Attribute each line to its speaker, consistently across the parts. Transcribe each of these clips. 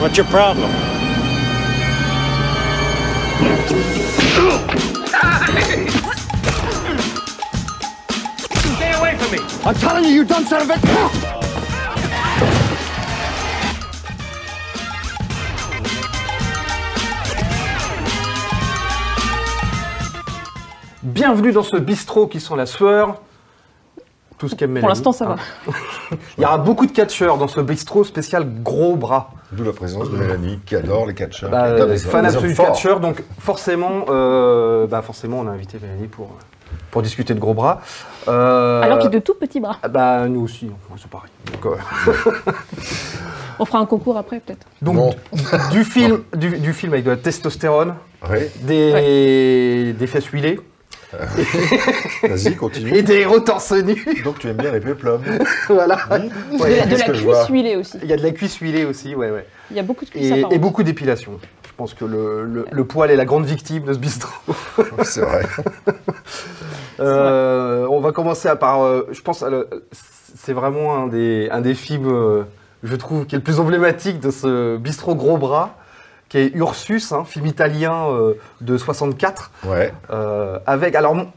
Speaker 1: What's your problem?
Speaker 2: Stay away from me!
Speaker 3: I'm telling you, you dumb son of a.
Speaker 4: Bienvenue dans ce bistrot qui sent la sueur. Tout ce qu'aime
Speaker 5: Pour
Speaker 4: Mélanie,
Speaker 5: l'instant, ça va.
Speaker 4: hein. Il y aura beaucoup de catcheurs dans ce bistrot spécial gros bras.
Speaker 3: D'où la présence de Mélanie qui adore les catcheurs.
Speaker 4: Bah,
Speaker 3: qui adore les-
Speaker 4: fan
Speaker 3: les hommes
Speaker 4: absolu de
Speaker 3: forts.
Speaker 4: catcheurs, donc forcément, euh, bah forcément, on a invité Mélanie pour, pour discuter de gros bras. Euh,
Speaker 5: Alors qu'il est de tout petits bras.
Speaker 4: ah bah nous aussi, on- c'est pareil. Donc, euh,
Speaker 5: On fera un concours après, peut-être.
Speaker 4: donc,
Speaker 3: Non.
Speaker 4: du film, du, du film avec de la testostérone,
Speaker 3: Ouais,
Speaker 4: des, des fesses huilées
Speaker 3: vas-y, continue.
Speaker 4: et des héros torse nu.
Speaker 3: Donc tu aimes bien les péplums.
Speaker 4: voilà. Ouais,
Speaker 5: de la, de
Speaker 3: qu'est-ce
Speaker 5: la
Speaker 3: que je vois
Speaker 5: cuisse huilée aussi.
Speaker 4: Il y a de la cuisse huilée aussi, ouais ouais.
Speaker 5: Il y a beaucoup de cuisses
Speaker 4: Et,
Speaker 5: apparentes.
Speaker 4: et beaucoup d'épilation. Je pense que le, le- le poil est la grande victime de ce bistrot.
Speaker 3: C'est vrai.
Speaker 4: Euh, on va commencer à par, euh, je pense, à le- c'est vraiment un des, un des films, euh, je trouve, qui est le plus emblématique de ce bistrot gros bras, qui est Ursus, un film italien euh, de 64,
Speaker 3: Ouais.
Speaker 4: euh, avec, alors, mon-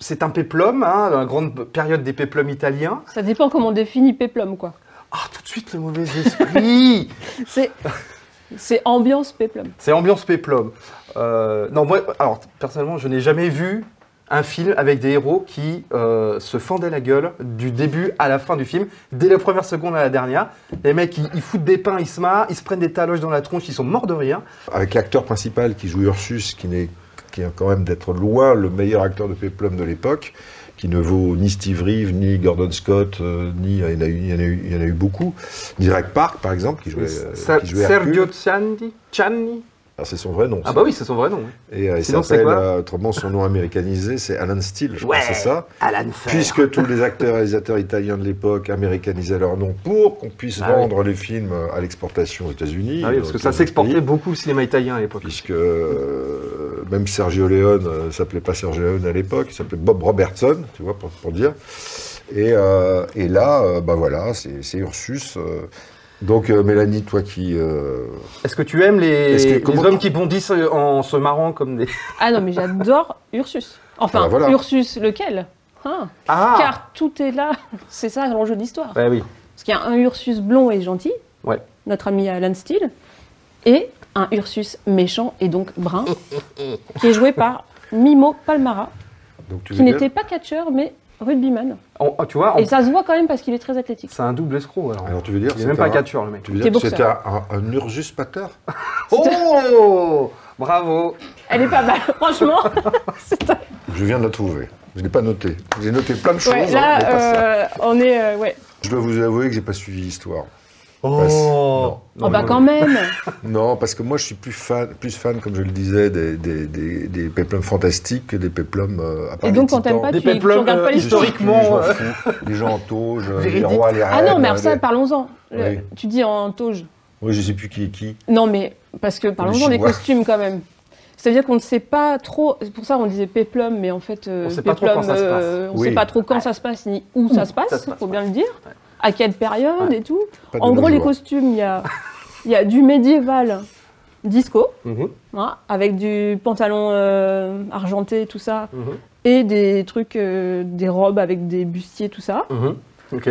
Speaker 4: c'est un péplum, hein, la grande période des péplums italiens.
Speaker 5: Ça dépend comment on définit péplum, quoi.
Speaker 4: Ah, tout de suite le mauvais esprit
Speaker 5: C'est... C'est ambiance péplum.
Speaker 4: C'est ambiance péplum. Euh, non, moi, alors, personnellement, je n'ai jamais vu un film avec des héros qui euh, se fendaient la gueule du début à la fin du film, dès la première seconde à la dernière. Les mecs, ils, ils foutent des pains, ils se marrent, ils se prennent des taloches dans la tronche, ils sont morts de rire.
Speaker 3: Avec l'acteur principal qui joue Ursus, qui n'est qui est quand même d'être loin le meilleur acteur de péplum de l'époque, qui ne vaut ni Steve Reeves, ni Gordon Scott, euh, ni il y en a eu, il y en a eu, il y en a eu beaucoup, ni Drake Park par exemple, qui jouait, euh,
Speaker 4: Sa-
Speaker 3: qui jouait
Speaker 4: Sergio
Speaker 3: Hercule.
Speaker 4: Ciandi Ciani
Speaker 3: Alors, c'est son vrai nom.
Speaker 4: Ah
Speaker 3: ça.
Speaker 4: bah oui, c'est son vrai nom. oui.
Speaker 3: Et euh, il
Speaker 4: Sinon, c'est
Speaker 3: s'appelle,
Speaker 4: quoi
Speaker 3: euh, autrement, son nom américanisé, c'est Alan Steele, je
Speaker 4: Ouais.
Speaker 3: crois, c'est ça.
Speaker 4: Alan Fair.
Speaker 3: Puisque tous les acteurs et réalisateurs italiens de l'époque américanisaient leur nom pour qu'on puisse
Speaker 4: Ah oui.
Speaker 3: vendre les films à l'exportation aux États-Unis.
Speaker 4: Ah oui,
Speaker 3: et
Speaker 4: parce que
Speaker 3: dans
Speaker 4: ça
Speaker 3: tous les
Speaker 4: s'exportait
Speaker 3: pays,
Speaker 4: beaucoup le cinéma italien à l'époque.
Speaker 3: Puisque euh, même Sergio Leone euh, s'appelait pas Sergio Leone à l'époque, il s'appelait Bob Robertson, tu vois, pour, pour dire. Et, euh, et là, euh, bah voilà, c'est c'est Ursus. euh. donc euh, Mélanie, toi qui euh,
Speaker 4: Est-ce que tu aimes les,
Speaker 3: Est-ce que-
Speaker 4: les
Speaker 3: comment-
Speaker 4: hommes qui bondissent euh, en se marrant comme des...
Speaker 5: Ah non, mais j'adore Ursus. Enfin,
Speaker 3: Ah, voilà.
Speaker 5: Ursus lequel Hein
Speaker 4: Ah
Speaker 5: Car tout est là. C'est ça l'enjeu de l'histoire.
Speaker 4: Ouais, Ah, bah oui.
Speaker 5: Parce qu'il y a un Ursus blond et gentil,
Speaker 4: Ouais.
Speaker 5: notre ami Alan Steele, et un Ursus méchant et donc brun, qui est joué par Mimo Palmara,
Speaker 3: donc tu
Speaker 5: qui
Speaker 3: veux dire-
Speaker 5: n'était pas catcheur mais rugbyman.
Speaker 4: En- en- tu vois, en-
Speaker 5: Et ça se voit quand même parce qu'il est très athlétique.
Speaker 4: c'est un double escroc alors.
Speaker 3: Alors tu veux dire,
Speaker 4: Il n'est même pas
Speaker 3: c'était un-
Speaker 4: catcheur, le mec.
Speaker 3: Tu veux
Speaker 5: T'es
Speaker 3: dire que c'était un,
Speaker 5: boxeur.
Speaker 3: un- un Ursus Pater
Speaker 4: Oh Bravo
Speaker 5: Elle est pas mal, franchement. C'est un-
Speaker 3: Je viens de la trouver. Je ne l'ai pas noté. J'ai noté plein de choses, hein,
Speaker 5: Ouais,
Speaker 3: mais pas ça.
Speaker 5: là, euh, on est. euh, ouais.
Speaker 4: Oh,
Speaker 3: Je dois vous avouer que j'ai pas suivi l'histoire.
Speaker 5: Oh, bah quand même
Speaker 3: Non, parce que moi je suis plus fan, plus fan comme je le disais, des, des, des, des péplums fantastiques que des péplums euh, à part
Speaker 5: Et
Speaker 3: les
Speaker 5: donc, quand
Speaker 3: Titans.
Speaker 5: t'aimes pas,
Speaker 4: Des
Speaker 5: tu- tu
Speaker 4: péplums,
Speaker 5: regardes
Speaker 4: euh,
Speaker 5: pas
Speaker 3: Je sais
Speaker 5: l'histoire.
Speaker 4: historiquement,
Speaker 3: plus, je m'en
Speaker 4: euh,
Speaker 3: fous. les gens en tauge, euh, les
Speaker 4: Véridique.
Speaker 3: rois, les reines.
Speaker 5: Ah non, mais alors
Speaker 3: euh,
Speaker 5: ça,
Speaker 3: les-
Speaker 5: parlons-en. Le-
Speaker 3: Oui.
Speaker 5: Tu dis en tauge.
Speaker 3: Oui, je sais plus qui est qui.
Speaker 5: Non, mais parce que parlons-en des
Speaker 3: Chinois.
Speaker 5: costumes quand même. C'est-à-dire qu'on ne sait pas trop. C'est pour ça qu'on disait péplum, mais en fait, euh,
Speaker 4: On sait pas trop
Speaker 5: péplum,
Speaker 4: quand ça se passe.
Speaker 5: euh, on
Speaker 3: Oui.
Speaker 5: sait pas trop quand ça se passe ni où ça se passe.
Speaker 4: ça se passe,
Speaker 5: faut
Speaker 4: ouais.
Speaker 5: bien le dire. À quelle période
Speaker 4: Ouais.
Speaker 5: et tout.
Speaker 3: Pas de
Speaker 5: En
Speaker 3: nos
Speaker 5: gros, les
Speaker 3: jours.
Speaker 5: costumes, il y a, il y a du médiéval disco,
Speaker 4: Mhm.
Speaker 5: hein, avec du pantalon euh, argenté, tout ça,
Speaker 4: Mhm.
Speaker 5: et des trucs, euh, des robes avec des bustiers, tout ça.
Speaker 4: Mhm. Ok.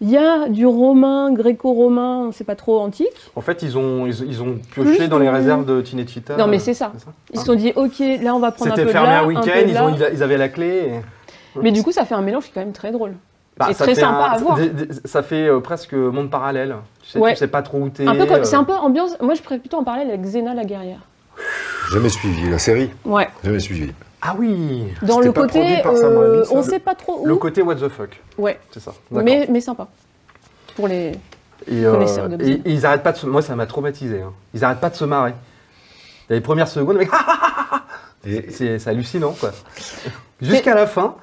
Speaker 5: Il y a du romain, gréco-romain, on ne sait pas trop antique.
Speaker 4: En fait, ils ont, ils, ils ont pioché
Speaker 5: Plus
Speaker 4: dans les
Speaker 5: que-
Speaker 4: réserves de Tinechita. Ah.
Speaker 5: Non, mais c'est ça. Ils se sont dit, ok, là on va prendre un peu
Speaker 4: C'était
Speaker 5: de
Speaker 4: fermé
Speaker 5: là,
Speaker 4: un
Speaker 5: peu
Speaker 4: week-end,
Speaker 5: de
Speaker 4: ils,
Speaker 5: là.
Speaker 4: ont- ils a- ils avaient la clé. et-
Speaker 5: Mais du coup, ça fait un mélange qui est quand même très drôle.
Speaker 4: Bah,
Speaker 5: c'est
Speaker 4: ça
Speaker 5: très
Speaker 4: fait
Speaker 5: sympa
Speaker 4: un-
Speaker 5: à voir.
Speaker 4: des- des- Ça fait euh, presque monde parallèle. Tu sais,
Speaker 5: Ouais.
Speaker 4: tu sais pas trop où t'es.
Speaker 5: Un peu comme,
Speaker 4: euh,
Speaker 5: c'est un peu ambiance. Moi, je préfère plutôt en parler avec Xena la guerrière.
Speaker 3: Jamais suivi la série.
Speaker 5: Ouais.
Speaker 3: Jamais suivi.
Speaker 4: Ah oui
Speaker 5: Dans
Speaker 3: C'était
Speaker 5: le
Speaker 3: pas produit
Speaker 5: côté,
Speaker 3: par Sam Raimi,
Speaker 5: euh,
Speaker 3: ça
Speaker 5: on
Speaker 3: Le-
Speaker 5: sait pas trop où.
Speaker 4: Le côté what the fuck,
Speaker 5: Ouais.
Speaker 4: c'est ça. D'accord.
Speaker 5: Mais, mais sympa. Pour les.
Speaker 4: Et, euh,
Speaker 5: Connaisseur de
Speaker 4: et-
Speaker 5: bien.
Speaker 4: et ils arrêtent pas de se... Moi, ça m'a traumatisé. hein. Ils arrêtent pas de se marrer. Dans les premières secondes, le mec, ah,
Speaker 3: Et,
Speaker 4: c'est c'est hallucinant, quoi. Jusqu'à la fin,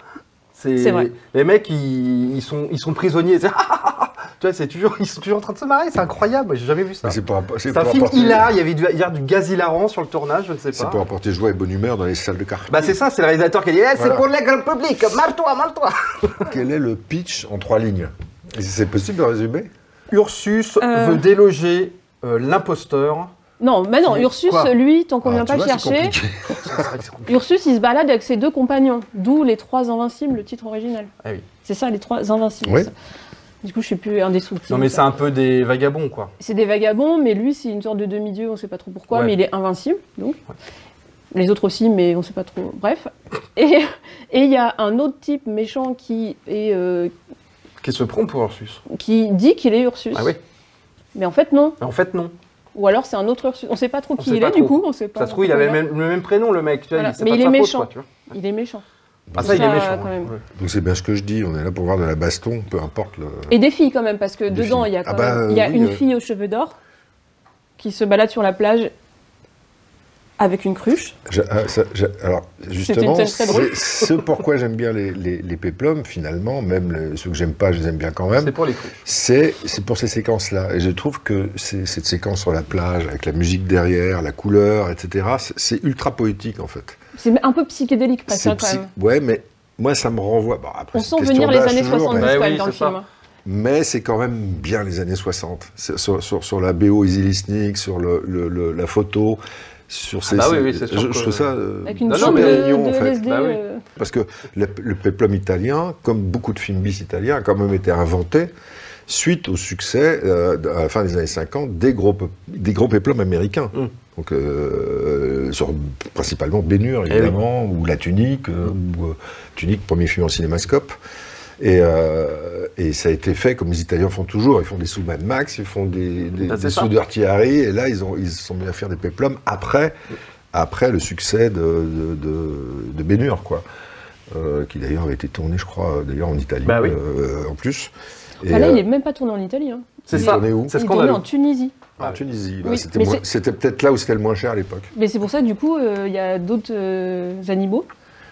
Speaker 4: c'est
Speaker 5: C'est vrai.
Speaker 4: les mecs, ils, ils sont, ils sont prisonniers. C'est- ah, tu vois, c'est toujours, ils sont toujours en train de se marrer. C'est incroyable. J'ai jamais vu ça.
Speaker 3: mais c'est
Speaker 4: C'est
Speaker 3: pour, c'est
Speaker 4: un
Speaker 3: pour
Speaker 4: film
Speaker 3: apporter-
Speaker 4: hilar. Il y avait du, il y a du gaz hilarant sur le tournage, je ne sais
Speaker 3: C'est
Speaker 4: pas.
Speaker 3: pour apporter joie et bonne humeur dans les salles de quartier.
Speaker 4: Bah c'est ça, c'est le réalisateur qui a dit Eh,
Speaker 3: Voilà.
Speaker 4: c'est pour le grand public, marre-toi, marre-toi
Speaker 3: Quel est le pitch en trois lignes C'est possible de résumer
Speaker 4: Ursus
Speaker 5: Euh.
Speaker 4: veut déloger euh, l'imposteur.
Speaker 5: Non, mais non,
Speaker 4: Mais
Speaker 5: Ursus,
Speaker 4: quoi
Speaker 5: lui, tant qu'on
Speaker 3: Ah,
Speaker 5: vient
Speaker 3: tu
Speaker 5: pas
Speaker 3: vois, c'est
Speaker 5: chercher,
Speaker 3: compliqué.
Speaker 4: C'est vrai que c'est compliqué.
Speaker 5: Ursus, il se balade avec ses deux compagnons, d'où les trois invincibles, le titre original.
Speaker 4: Ah oui.
Speaker 5: C'est ça, les trois invincibles.
Speaker 3: Oui.
Speaker 5: ça. Du coup, je suis plus indestructible.
Speaker 4: Non mais c'est un peu des vagabonds quoi.
Speaker 5: C'est des vagabonds, mais lui, c'est une sorte de demi-dieu, on sait pas trop pourquoi,
Speaker 4: Ouais.
Speaker 5: mais il est invincible, donc. Les autres aussi, mais on sait pas trop. Bref. Et et il y a un autre type méchant qui, est, euh,
Speaker 4: Qui se prend pour Ursus.
Speaker 5: qui dit qu'il est Ursus.
Speaker 4: Ah oui.
Speaker 5: Mais en fait, non.
Speaker 4: Mais en fait non.
Speaker 5: Ou alors, c'est un autre Ursus. On sait pas trop
Speaker 4: On
Speaker 5: qui
Speaker 4: sait
Speaker 5: il
Speaker 4: pas
Speaker 5: est, du
Speaker 4: trop.
Speaker 5: coup. On sait pas
Speaker 4: Ça se trouve il avait même- le même prénom le mec. Tu vois,
Speaker 5: Voilà.
Speaker 4: c'est
Speaker 5: Mais
Speaker 4: pas de
Speaker 5: il
Speaker 4: sa
Speaker 5: est
Speaker 4: faute,
Speaker 5: méchant.
Speaker 4: quoi, tu vois.
Speaker 5: Il est méchant.
Speaker 4: Ah ça, il est
Speaker 5: Ça,
Speaker 4: méchant.
Speaker 5: quand
Speaker 4: ouais.
Speaker 5: même.
Speaker 4: Ouais.
Speaker 3: Donc c'est bien ce que je dis, on est là pour voir de la baston, peu importe le.
Speaker 5: Et des filles quand même, parce que
Speaker 3: Des
Speaker 5: dedans,
Speaker 3: filles.
Speaker 5: il y a, quand
Speaker 3: Ah bah,
Speaker 5: même- il y a
Speaker 3: euh, oui,
Speaker 5: une
Speaker 3: euh.
Speaker 5: fille aux cheveux d'or qui se balade sur la plage avec une cruche.
Speaker 3: J'a- ah, ça- j'a- alors, justement,
Speaker 5: une scène très drôle.
Speaker 3: c'est ce pourquoi j'aime bien les, les- les péplums, finalement, même le- ceux que j'aime pas, je les aime bien quand même.
Speaker 4: C'est pour les cruches.
Speaker 3: C'est c'est pour ces séquences-là. Et je trouve que c'est- cette séquence sur la plage, avec la musique derrière, la couleur, etc., c'est- c'est ultra poétique, en fait.
Speaker 5: Ah, C'est un peu psychédélique, pas ça,
Speaker 3: C'est
Speaker 5: quand
Speaker 3: psy-
Speaker 5: même.
Speaker 3: Ouais, mais moi, ça me renvoie. Bon, après,
Speaker 5: On
Speaker 3: c'est
Speaker 5: sent
Speaker 3: une question
Speaker 5: venir les
Speaker 3: d'âge
Speaker 5: années
Speaker 3: toujours,
Speaker 5: 70
Speaker 3: mais-
Speaker 5: quand
Speaker 4: Bah
Speaker 5: même
Speaker 4: oui,
Speaker 5: dans le
Speaker 4: c'est
Speaker 5: film. hein.
Speaker 4: ça.
Speaker 3: mais c'est quand même bien les années 60. C'est- Sur, sur- sur la BO Easy Listening, sur le- le- le- la photo, sur ces.
Speaker 4: bah oui,
Speaker 3: ces-
Speaker 4: oui, c'est sûr
Speaker 3: je,
Speaker 4: que-
Speaker 3: je trouve ça. euh,
Speaker 5: Avec une
Speaker 4: Non, non,
Speaker 5: bande
Speaker 3: super
Speaker 4: mais-
Speaker 5: de,
Speaker 3: mignon, en
Speaker 5: de
Speaker 3: fait.
Speaker 5: LSD.
Speaker 4: Bah oui.
Speaker 5: euh,
Speaker 3: Parce que le, le péplum italien, comme beaucoup de films bis italiens, a quand même été inventé suite au succès, euh, à la fin des années 50, des gros, pe- des gros péplums américains.
Speaker 4: Mm.
Speaker 3: Donc, euh, sur principalement Bénur,
Speaker 4: Eh oui.
Speaker 3: évidemment, ou La Tunique, euh, ou euh, Tunique, premier film en cinémascope. Et, euh, et ça a été fait comme les Italiens font toujours. Ils font des sous Mad Max, ils font des, des,
Speaker 4: Ah, c'est
Speaker 3: des
Speaker 4: ça.
Speaker 3: sous d'artillerie. Et là, ils, ont, ils se sont mis à faire des péplums après, après le succès de, de, de, de Bénure, quoi. Euh, qui d'ailleurs avait été tourné, je crois, d'ailleurs en Italie,
Speaker 4: Bah oui.
Speaker 3: euh, en plus. Et,
Speaker 5: bah là, il
Speaker 3: euh,
Speaker 5: est même pas tourné en Italie. hein.
Speaker 4: C'est
Speaker 3: Il est
Speaker 4: ça.
Speaker 3: tourné où
Speaker 4: C'est
Speaker 5: Il est tourné
Speaker 4: scandaleux.
Speaker 5: en Tunisie.
Speaker 3: en Tunisie,
Speaker 5: Oui,
Speaker 3: bah, c'était
Speaker 5: mais
Speaker 3: moins-
Speaker 5: c'est-
Speaker 3: c'était peut-être là où c'était le moins cher à l'époque.
Speaker 5: Mais c'est pour ça, du coup, euh, il y a d'autres euh, animaux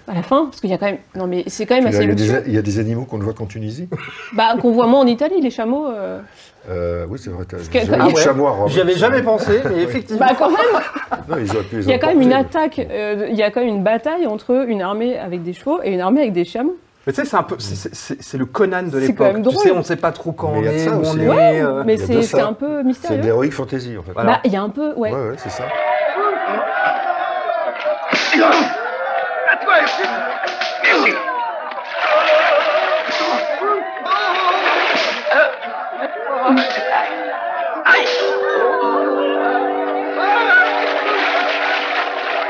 Speaker 5: à la fin. Parce qu'il y a quand même. Non, mais c'est quand même
Speaker 3: Tu l'as-
Speaker 5: assez
Speaker 3: Il y, a
Speaker 5: luxueux.
Speaker 3: des- il y a des animaux qu'on ne voit qu'en Tunisie
Speaker 5: Bah, qu'on voit moins en Italie, les chameaux. euh.
Speaker 3: Euh, Oui, c'est vrai. t'as-
Speaker 5: que-
Speaker 3: j'ai jamais
Speaker 5: Ah
Speaker 3: vu de
Speaker 4: ouais.
Speaker 3: chamois à Rome.
Speaker 4: J'y avais jamais pensé mais effectivement.
Speaker 5: Bah, quand même!
Speaker 3: Non, ils auraient pu les
Speaker 5: Il y a quand même une
Speaker 3: importer.
Speaker 5: attaque, euh, il y a quand même une bataille entre une armée avec des chevaux et une armée avec des chameaux.
Speaker 4: Mais tu sais c'est un peu c'est- c'est c'est- c'est le Conan de
Speaker 5: C'est
Speaker 4: l'époque.
Speaker 5: quand même
Speaker 4: Tu
Speaker 5: drôle.
Speaker 4: sais on sait pas trop quand
Speaker 3: Mais
Speaker 4: on
Speaker 3: il y a de
Speaker 4: est
Speaker 3: ça
Speaker 4: où on
Speaker 3: aussi.
Speaker 4: est.
Speaker 5: Ouais,
Speaker 4: euh,
Speaker 5: mais
Speaker 3: il y a
Speaker 5: c'est
Speaker 3: de
Speaker 5: c'est
Speaker 3: ça.
Speaker 5: un peu
Speaker 3: C'est de
Speaker 5: mystérieux.
Speaker 3: l'héroïque fantasy, en fait.
Speaker 4: Voilà.
Speaker 5: Bah, il y a un peu, ouais.
Speaker 3: Ouais, ouais, c'est ça.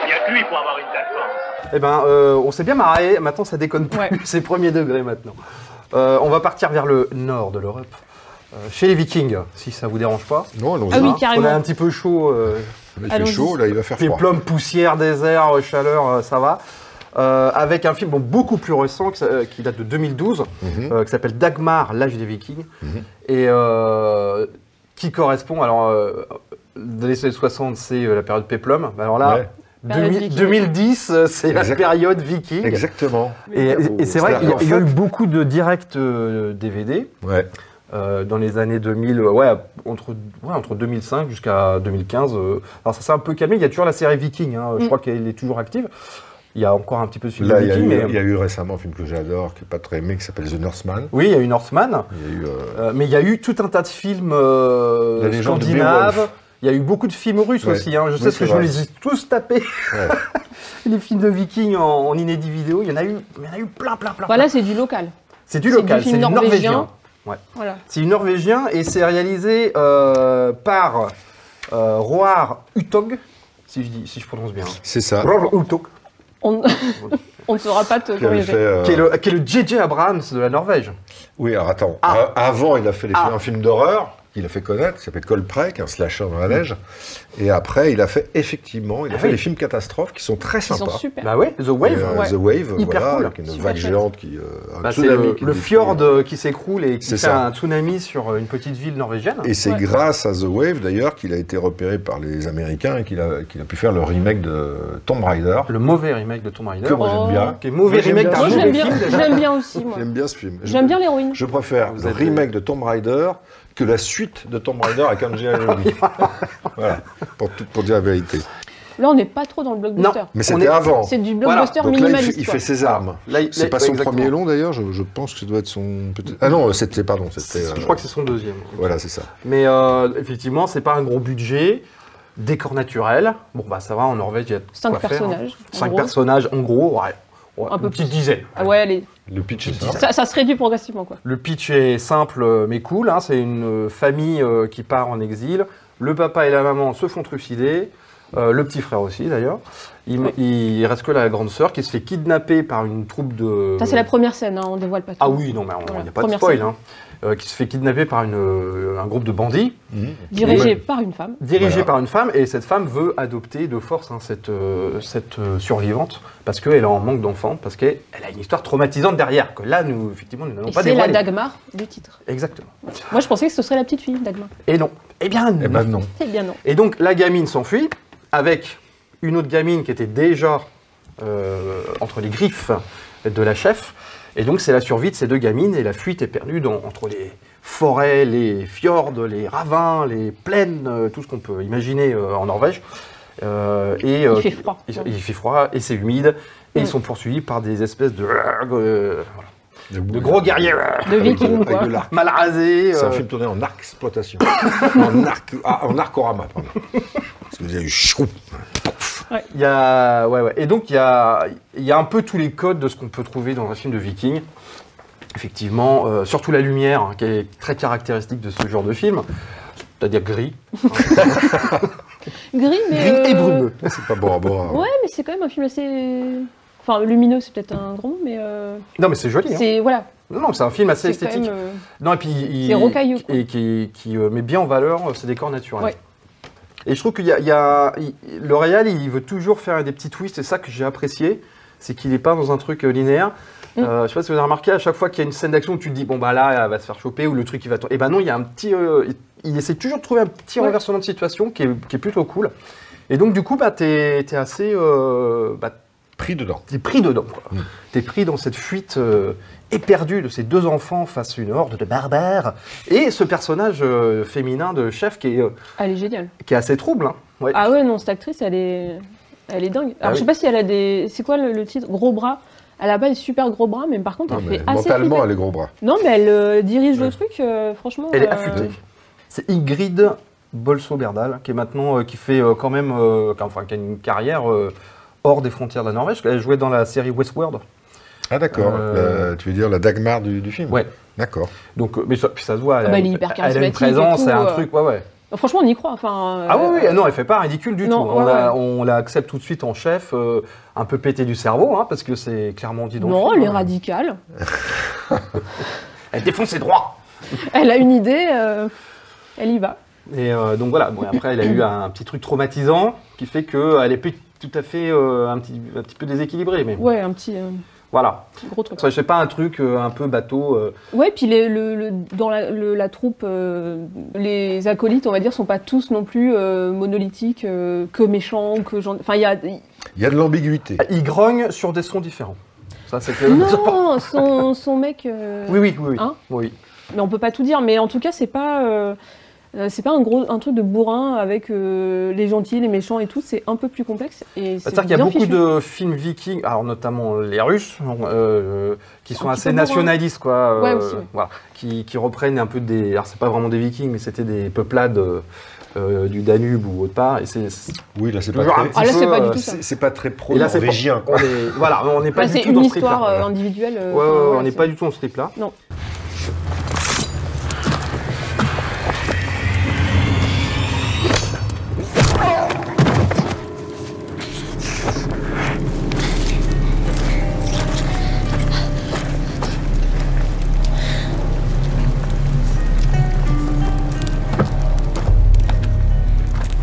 Speaker 1: Il y a que lui pour avoir une telle force.
Speaker 4: Eh ben, euh, on s'est bien marré. Maintenant, ça déconne plus.
Speaker 5: Ouais.
Speaker 4: C'est premier degré maintenant. Euh, on va partir vers le nord de l'Europe, euh, chez les Vikings, si ça vous dérange pas.
Speaker 3: Non, allons-y.
Speaker 5: Ah oui,
Speaker 4: Hein,
Speaker 5: carrément.
Speaker 4: On a un petit peu chaud. euh,
Speaker 3: Il fait
Speaker 5: Allons-y.
Speaker 3: chaud, là, il va faire froid.
Speaker 4: Péplum, poussière, désert, euh, chaleur, euh, ça va. Euh, avec un film bon, beaucoup plus récent que ça- euh, qui date de 2012,
Speaker 3: Mhm.
Speaker 4: euh, qui s'appelle Dagmar, l'âge des Vikings, et euh, qui correspond. Alors, euh, dans les années 60, c'est euh, la période Péplum. Bah, Alors là,
Speaker 3: Ouais.
Speaker 5: Période
Speaker 4: 2000
Speaker 5: viking.
Speaker 4: 2010, euh, c'est la
Speaker 3: Exact.
Speaker 4: période viking.
Speaker 3: Exactement.
Speaker 4: Et, et- et c'est vrai qu'il y a- il y, a eu beaucoup de directs euh, DVD
Speaker 3: Ouais.
Speaker 4: euh, dans les années 2000, euh, ouais, entre, ouais, entre 2005 jusqu'à 2015. euh. alors ça s'est un peu calmé, il y a toujours la série Viking, hein, je
Speaker 5: Mm.
Speaker 4: crois qu'elle est toujours active. Il y a encore un petit peu de film
Speaker 3: Là, il y, a
Speaker 4: Viking,
Speaker 3: eu, euh,
Speaker 4: mais...
Speaker 3: il y a eu récemment un film que j'adore, qui n'est pas très aimé, qui s'appelle The Northman.
Speaker 4: Oui, il y a eu Northman,
Speaker 3: Il y a eu, euh,
Speaker 4: euh, mais il y a eu tout un tas de films euh,
Speaker 3: La légende de
Speaker 4: scandinaves.
Speaker 3: Beowulf.
Speaker 4: Il y a eu beaucoup de films russes
Speaker 3: Ouais.
Speaker 4: aussi, hein. je
Speaker 3: Oui,
Speaker 4: sais ce que
Speaker 3: c'est
Speaker 4: je me
Speaker 3: vrai.
Speaker 4: les ai tous tapés,
Speaker 3: ouais.
Speaker 4: les films de Vikings en, en inédit vidéo, il y en a eu, il y en a eu plein, plein, plein.
Speaker 5: Voilà,
Speaker 4: plein.
Speaker 5: c'est du local.
Speaker 4: c'est du
Speaker 5: c'est du
Speaker 4: local, c'est
Speaker 5: film
Speaker 4: du
Speaker 5: norvégien.
Speaker 4: norvégien.
Speaker 5: Voilà.
Speaker 4: C'est du norvégien et c'est réalisé euh, par euh, Roar Utog, si je, dis, si je prononce bien.
Speaker 3: C'est ça.
Speaker 4: Roar Utog,
Speaker 3: Euh.
Speaker 5: On on ne saura pas te
Speaker 3: Qui avait fait,
Speaker 5: corriger.
Speaker 3: euh,
Speaker 4: qui est le qui est le JJ Abrams de la Norvège.
Speaker 3: Oui, alors attends.
Speaker 4: Ah.
Speaker 3: A- Avant, il a fait les-
Speaker 4: Ah.
Speaker 3: un film d'horreur qu'il a fait connaître, qui s'appelle Colprey, qui est un slasher dans la neige. Et après, il a fait, effectivement, il a
Speaker 4: Ah
Speaker 3: fait
Speaker 4: oui.
Speaker 3: des films catastrophes qui sont très
Speaker 5: Ils sont
Speaker 3: sympas.
Speaker 5: super.
Speaker 4: Bah ouais, The
Speaker 3: Et,
Speaker 4: Wave.
Speaker 3: euh,
Speaker 5: Ouais.
Speaker 3: The Wave,
Speaker 4: Hyper
Speaker 3: voilà,
Speaker 4: cool.
Speaker 3: avec une
Speaker 5: Super
Speaker 3: vague
Speaker 5: chouette.
Speaker 3: géante qui. euh, un
Speaker 4: Bah, c'est
Speaker 3: tsunami
Speaker 4: le,
Speaker 3: qui
Speaker 4: le
Speaker 3: détruit.
Speaker 4: fjord euh, qui s'écoule et qui
Speaker 3: C'est
Speaker 4: fait
Speaker 3: ça.
Speaker 4: un tsunami sur euh, une petite ville norvégienne.
Speaker 3: Et c'est
Speaker 5: Ouais.
Speaker 3: grâce à The Wave, d'ailleurs, qu'il a été repéré par les Américains et qu'il a, qu'il a pu faire le remake de Tomb Raider.
Speaker 4: Le mauvais remake de Tomb Raider.
Speaker 3: Que moi
Speaker 5: Oh.
Speaker 3: j'aime bien.
Speaker 4: Qui est mauvais
Speaker 3: Moi, j'aime
Speaker 4: remake
Speaker 3: bien.
Speaker 4: d'un
Speaker 5: Moi, je
Speaker 4: mauvais
Speaker 5: l'aime bien.
Speaker 4: film, déjà.
Speaker 5: Je l'aime bien aussi, moi.
Speaker 3: J'aime bien ce film. Je-
Speaker 5: J'aime bien l'héroïne.
Speaker 3: Je préfère
Speaker 4: Vous
Speaker 3: le
Speaker 4: êtes- euh,
Speaker 3: remake de Tomb Raider que la suite de Tomb Raider avec Angelina Jolie. voilà, pour, tout- pour dire la vérité.
Speaker 5: Là, on n'est pas trop dans le blockbuster.
Speaker 4: Non.
Speaker 3: Mais
Speaker 4: On est-
Speaker 3: c'était avant.
Speaker 5: C'est du
Speaker 4: Voilà.
Speaker 5: blockbuster
Speaker 3: Donc là, il fait,
Speaker 5: minimaliste.
Speaker 3: il
Speaker 5: quoi.
Speaker 3: fait ses armes.
Speaker 4: Là, il- là,
Speaker 3: C'est pas son
Speaker 4: exactement.
Speaker 3: premier long d'ailleurs, je, je pense que ça doit être son. peut-être- Ah non, c'était, pardon, c'était.
Speaker 4: Je
Speaker 3: euh,
Speaker 4: crois que c'est son deuxième.
Speaker 3: Voilà, c'est ça.
Speaker 4: Mais euh, effectivement, c'est pas un gros budget. Décor naturel. Bon, bah ça va, en Norvège, il y a de
Speaker 5: Cinq
Speaker 4: quoi faire, hein.
Speaker 5: personnages, en
Speaker 4: Cinq
Speaker 5: gros.
Speaker 4: personnages, en gros, ouais. Ouais,
Speaker 5: Un
Speaker 4: une
Speaker 5: peu
Speaker 4: petite dizaine.
Speaker 5: Ah ouais, allez.
Speaker 3: Le pitch est
Speaker 5: Ça, ça se réduit progressivement, quoi.
Speaker 4: Le pitch est simple euh, mais cool. hein. C'est une euh, famille euh, qui part en exil. Le papa et la maman se font trucider. euh, le petit frère aussi d'ailleurs. Il,
Speaker 5: Oui.
Speaker 4: il reste que la grande sœur qui se fait kidnapper par une troupe de.
Speaker 5: Ça, c'est la première scène, hein, on dévoile pas tout.
Speaker 4: Ah oui, non, mais il
Speaker 5: Voilà,
Speaker 4: n'y a pas de
Speaker 5: première
Speaker 4: spoil.
Speaker 5: scène.
Speaker 4: hein. Euh, qui se fait kidnapper par une, euh, un groupe de bandits.
Speaker 3: Mm-hmm.
Speaker 5: Dirigé
Speaker 4: Ouais.
Speaker 5: par une femme.
Speaker 4: dirigée
Speaker 3: Voilà.
Speaker 4: par une femme, et cette femme veut adopter de force hein, cette, euh, cette euh, survivante, parce qu'elle est en manque d'enfants, parce qu'elle elle a une histoire traumatisante derrière, que là, nous, effectivement, nous n'allons
Speaker 5: Et
Speaker 4: pas
Speaker 5: c'est la
Speaker 4: dévoiler.
Speaker 5: Dagmar du titre.
Speaker 4: Exactement.
Speaker 5: Moi, je pensais que ce serait la petite fille, Dagmar.
Speaker 4: Et non. Eh bien,
Speaker 3: Eh ben non.
Speaker 5: Eh bien non.
Speaker 4: Et donc, la gamine s'enfuit, avec une autre gamine qui était déjà euh, entre les griffes de la chef, et donc c'est la survie de ces deux gamines, et la fuite est perdue dans- entre les forêts, les fjords, les ravins, les plaines, euh, tout ce qu'on peut imaginer euh, en Norvège. Euh, et, euh,
Speaker 5: fait froid. Mm.
Speaker 4: Il, il fait froid et c'est humide. Et
Speaker 5: Ouais.
Speaker 4: ils sont poursuivis par des espèces de, euh, voilà, de gros guerriers euh,
Speaker 5: De Viking,
Speaker 3: Avec
Speaker 5: quoi.
Speaker 3: de l'arc.
Speaker 4: mal rasés.
Speaker 3: C'est
Speaker 4: euh,
Speaker 3: un film tourné en arc exploitation. en arc. ah, en arcorama, pardon. Parce que vous avez eu chou.
Speaker 4: Il y a, ouais, ouais. Et donc, il y a, il y a un peu tous les codes de ce qu'on peut trouver dans un film de viking. Effectivement, euh, surtout la lumière, hein, qui est très caractéristique de ce genre de film. C'est-à-dire gris.
Speaker 5: Gris, mais.
Speaker 4: Gris et
Speaker 5: euh,
Speaker 4: brumeux.
Speaker 3: C'est pas Bora Bora.
Speaker 5: Ouais, mais c'est quand même un film assez. Enfin, lumineux, c'est peut-être un grand mot, mais. euh,
Speaker 4: Non, mais c'est joli. hein.
Speaker 5: C'est. Voilà.
Speaker 4: Non, non, c'est un film assez
Speaker 5: C'est quand
Speaker 4: esthétique.
Speaker 5: même. euh,
Speaker 4: Non, et puis. il-
Speaker 5: C'est rocailleux, quoi.
Speaker 4: Et qui, qui, euh, met bien en valeur euh, ses décors naturels.
Speaker 5: Ouais.
Speaker 4: Et je trouve qu'il y a. il y a- il- le réal, il veut toujours faire des petits twists, et ça que j'ai apprécié, c'est qu'il n'est pas dans un truc euh, linéaire.
Speaker 5: Mm.
Speaker 4: Euh, je sais pas si vous avez remarqué, à chaque fois qu'il y a une scène d'action où tu te dis, bon, bah là, elle va se faire choper, ou le truc, il va. Et ben non, il y a un petit. euh, il, il essaie toujours de trouver un petit
Speaker 5: Ouais.
Speaker 4: renversement de situation qui est, qui est plutôt cool. Et donc, du coup, bah, t'es t'es assez. euh, bah,
Speaker 3: Pris dedans.
Speaker 4: T'es pris dedans, quoi.
Speaker 3: Mm.
Speaker 4: T'es pris dans cette fuite euh, éperdue de ces deux enfants face à une horde de barbares. Et ce personnage euh, féminin de chef qui est, euh,
Speaker 5: Elle est géniale.
Speaker 4: qui est assez trouble. hein. Ouais.
Speaker 5: Ah ouais, non, cette actrice, elle est. Elle est dingue. Alors,
Speaker 4: Ah
Speaker 5: je sais
Speaker 4: oui.
Speaker 5: pas si elle a des. C'est quoi le, le titre Gros bras. Elle a pas des super gros bras, mais par contre,
Speaker 3: Non,
Speaker 5: elle
Speaker 3: mais
Speaker 5: fait assez.
Speaker 3: mentalement,
Speaker 5: flipper.
Speaker 3: elle est gros bras.
Speaker 5: Non, mais elle euh, dirige
Speaker 3: Ouais.
Speaker 5: le truc, euh, franchement.
Speaker 4: Elle est
Speaker 5: euh,
Speaker 4: affûtée. C'est Ingrid Bolso-Berdal, qui est maintenant, euh, qui fait euh, quand même, euh, qui- enfin, qui a une carrière euh, hors des frontières de la Norvège. Elle jouait dans la série Westworld.
Speaker 3: Ah d'accord.
Speaker 4: Euh,
Speaker 3: La- tu veux dire la Dagmar du, du film
Speaker 4: Ouais.
Speaker 3: D'accord.
Speaker 4: Donc, euh, mais ça, puis ça se voit. Elle,
Speaker 5: Ah bah,
Speaker 4: a,
Speaker 5: elle est
Speaker 4: une-
Speaker 5: hyper
Speaker 4: elle a une
Speaker 5: charismatique et
Speaker 4: présence,
Speaker 5: tout,
Speaker 4: elle a un
Speaker 5: euh.
Speaker 4: truc, ouais, ouais.
Speaker 5: Franchement, on y croit. Enfin, euh,
Speaker 4: Ah oui, oui, non, elle fait pas ridicule du
Speaker 5: non,
Speaker 4: tout.
Speaker 5: ouais,
Speaker 4: on, la,
Speaker 5: ouais.
Speaker 4: on la accepte tout de suite en chef, euh, un peu pété du cerveau, hein, parce que c'est clairement dit dans
Speaker 5: Non,
Speaker 4: le film.
Speaker 5: elle est
Speaker 4: hein.
Speaker 5: radicale.
Speaker 4: Elle défonce ses droits.
Speaker 5: Elle a une idée, euh, elle y va.
Speaker 4: Et euh, donc voilà, bon, et après elle a eu un petit truc traumatisant qui fait qu'elle est plus tout à fait euh, un, petit, un petit peu déséquilibrée. Mais
Speaker 5: Ouais, un petit euh,
Speaker 4: voilà,
Speaker 5: gros truc.
Speaker 4: ça c'est pas un truc euh, un peu bateau. euh,
Speaker 5: Ouais, puis les- le, le- dans la, le- la troupe, euh, les acolytes, on va dire, sont pas tous non plus euh, monolithiques, euh, que méchants, que gens. Enfin, il y a.
Speaker 3: Il y a de l'ambiguïté.
Speaker 4: Il grogne sur des sons différents. Euh, Ça c'est que.
Speaker 5: Non, son, son mec. euh,
Speaker 4: oui, oui, oui. oui.
Speaker 5: Hein
Speaker 4: oui.
Speaker 5: Mais on peut pas tout dire. Mais en tout cas, c'est pas. euh, euh, c'est pas un gros un truc de bourrin avec euh, les gentils, les méchants et tout. C'est un peu plus complexe et c'est
Speaker 4: C'est-à-dire qu'il y a
Speaker 5: bien
Speaker 4: beaucoup
Speaker 5: fichu.
Speaker 4: de films vikings, alors notamment les Russes, euh, qui sont
Speaker 5: Un petit
Speaker 4: assez
Speaker 5: peu bourrin.
Speaker 4: nationalistes, quoi. euh,
Speaker 5: hein. Ouais, aussi, ouais.
Speaker 4: voilà, qui, qui reprennent un peu des. Alors c'est pas vraiment des vikings, mais c'était des peuplades euh, euh, du Danube ou autre part. Et c'est. c'est-
Speaker 3: Oui, là c'est pas
Speaker 4: toujours un
Speaker 3: très.
Speaker 4: petit
Speaker 5: Ah, là, c'est
Speaker 4: peu,
Speaker 5: pas du
Speaker 4: euh,
Speaker 5: tout ça.
Speaker 3: C'est c'est pas très pro
Speaker 4: Et là, c'est pas-
Speaker 3: norvégien.
Speaker 4: On est, voilà, on n'est pas
Speaker 5: Là,
Speaker 4: du
Speaker 5: c'est
Speaker 4: tout dans
Speaker 5: une
Speaker 4: ce trip-là.
Speaker 5: histoire euh,
Speaker 4: Voilà.
Speaker 5: individuelle. euh,
Speaker 4: Ouais, ouais,
Speaker 5: enfin,
Speaker 4: ouais,
Speaker 5: voilà,
Speaker 4: on n'est
Speaker 5: c'est-
Speaker 4: pas du tout dans ce trip là.
Speaker 5: Non.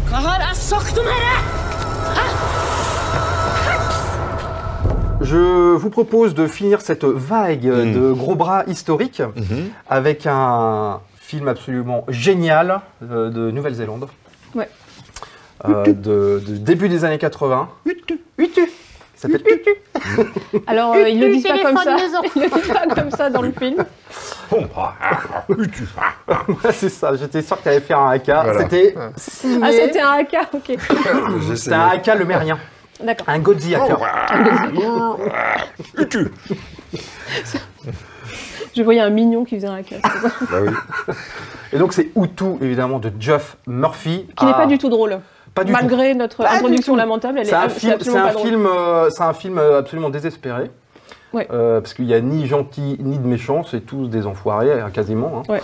Speaker 2: Hvað har að sóktum herra?
Speaker 4: Je vous propose de finir cette vague euh,
Speaker 3: Hmm.
Speaker 4: de gros bras historiques
Speaker 3: Mhm.
Speaker 4: avec un film absolument génial euh, de Nouvelle-Zélande.
Speaker 5: Ouais.
Speaker 4: Euh, de, de début des années 80. Utu. Ça s'appelle
Speaker 5: Alors, euh, ils le disent pas comme ça.
Speaker 2: Téléphone
Speaker 5: Ils le disent pas comme ça dans le film.
Speaker 3: Bon, ah, ah, tu- ah.
Speaker 4: C'est ça, j'étais sûr que t'allais faire un AK.
Speaker 3: Voilà.
Speaker 4: C'était signé.
Speaker 5: Ah, c'était un haka, ok.
Speaker 3: J'essaie.
Speaker 4: C'était un AK lemérien.
Speaker 5: D'accord.
Speaker 4: Un Godzi
Speaker 3: Oh,
Speaker 4: AK.
Speaker 3: ah,
Speaker 5: Je voyais un mignon qui faisait un haka.
Speaker 3: Bah oui.
Speaker 4: Et donc c'est Hutu, évidemment, de Geoff Murphy.
Speaker 5: Qui n'est
Speaker 4: Ah,
Speaker 5: pas du tout drôle.
Speaker 4: Pas du tout.
Speaker 5: Malgré notre
Speaker 4: Pas du
Speaker 5: introduction
Speaker 4: tout.
Speaker 5: lamentable, elle est,
Speaker 4: C'est un,
Speaker 5: ab-
Speaker 4: film, c'est
Speaker 5: absolument
Speaker 4: un
Speaker 5: pas drôle.
Speaker 4: film, euh, c'est un film euh, absolument désespéré.
Speaker 5: Ouais.
Speaker 4: Euh, parce qu'il n'y a ni gentil ni de méchant, c'est tous des enfoirés, hein, quasiment. hein.
Speaker 5: Ouais.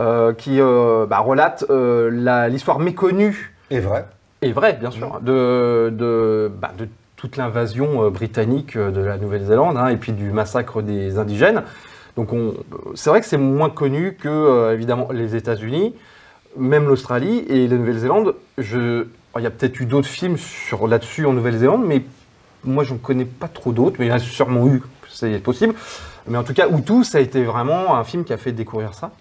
Speaker 4: Euh, qui euh, bah, relate euh, la- l'histoire méconnue,
Speaker 3: Et vrai.
Speaker 4: et vraie bien sûr, hein, de, de, bah, de toute l'invasion euh, britannique euh, de la Nouvelle-Zélande hein, et puis du massacre des indigènes. Donc on- c'est vrai que c'est moins connu que, euh, évidemment, les États-Unis, même l'Australie et la Nouvelle-Zélande. Je... Il y a peut-être eu d'autres films sur, là-dessus en Nouvelle-Zélande, mais moi, j'en connais pas trop d'autres, mais il y en a sûrement eu, c'est possible. Mais en tout cas, Hutu, ça a été vraiment un film qui a fait découvrir ça.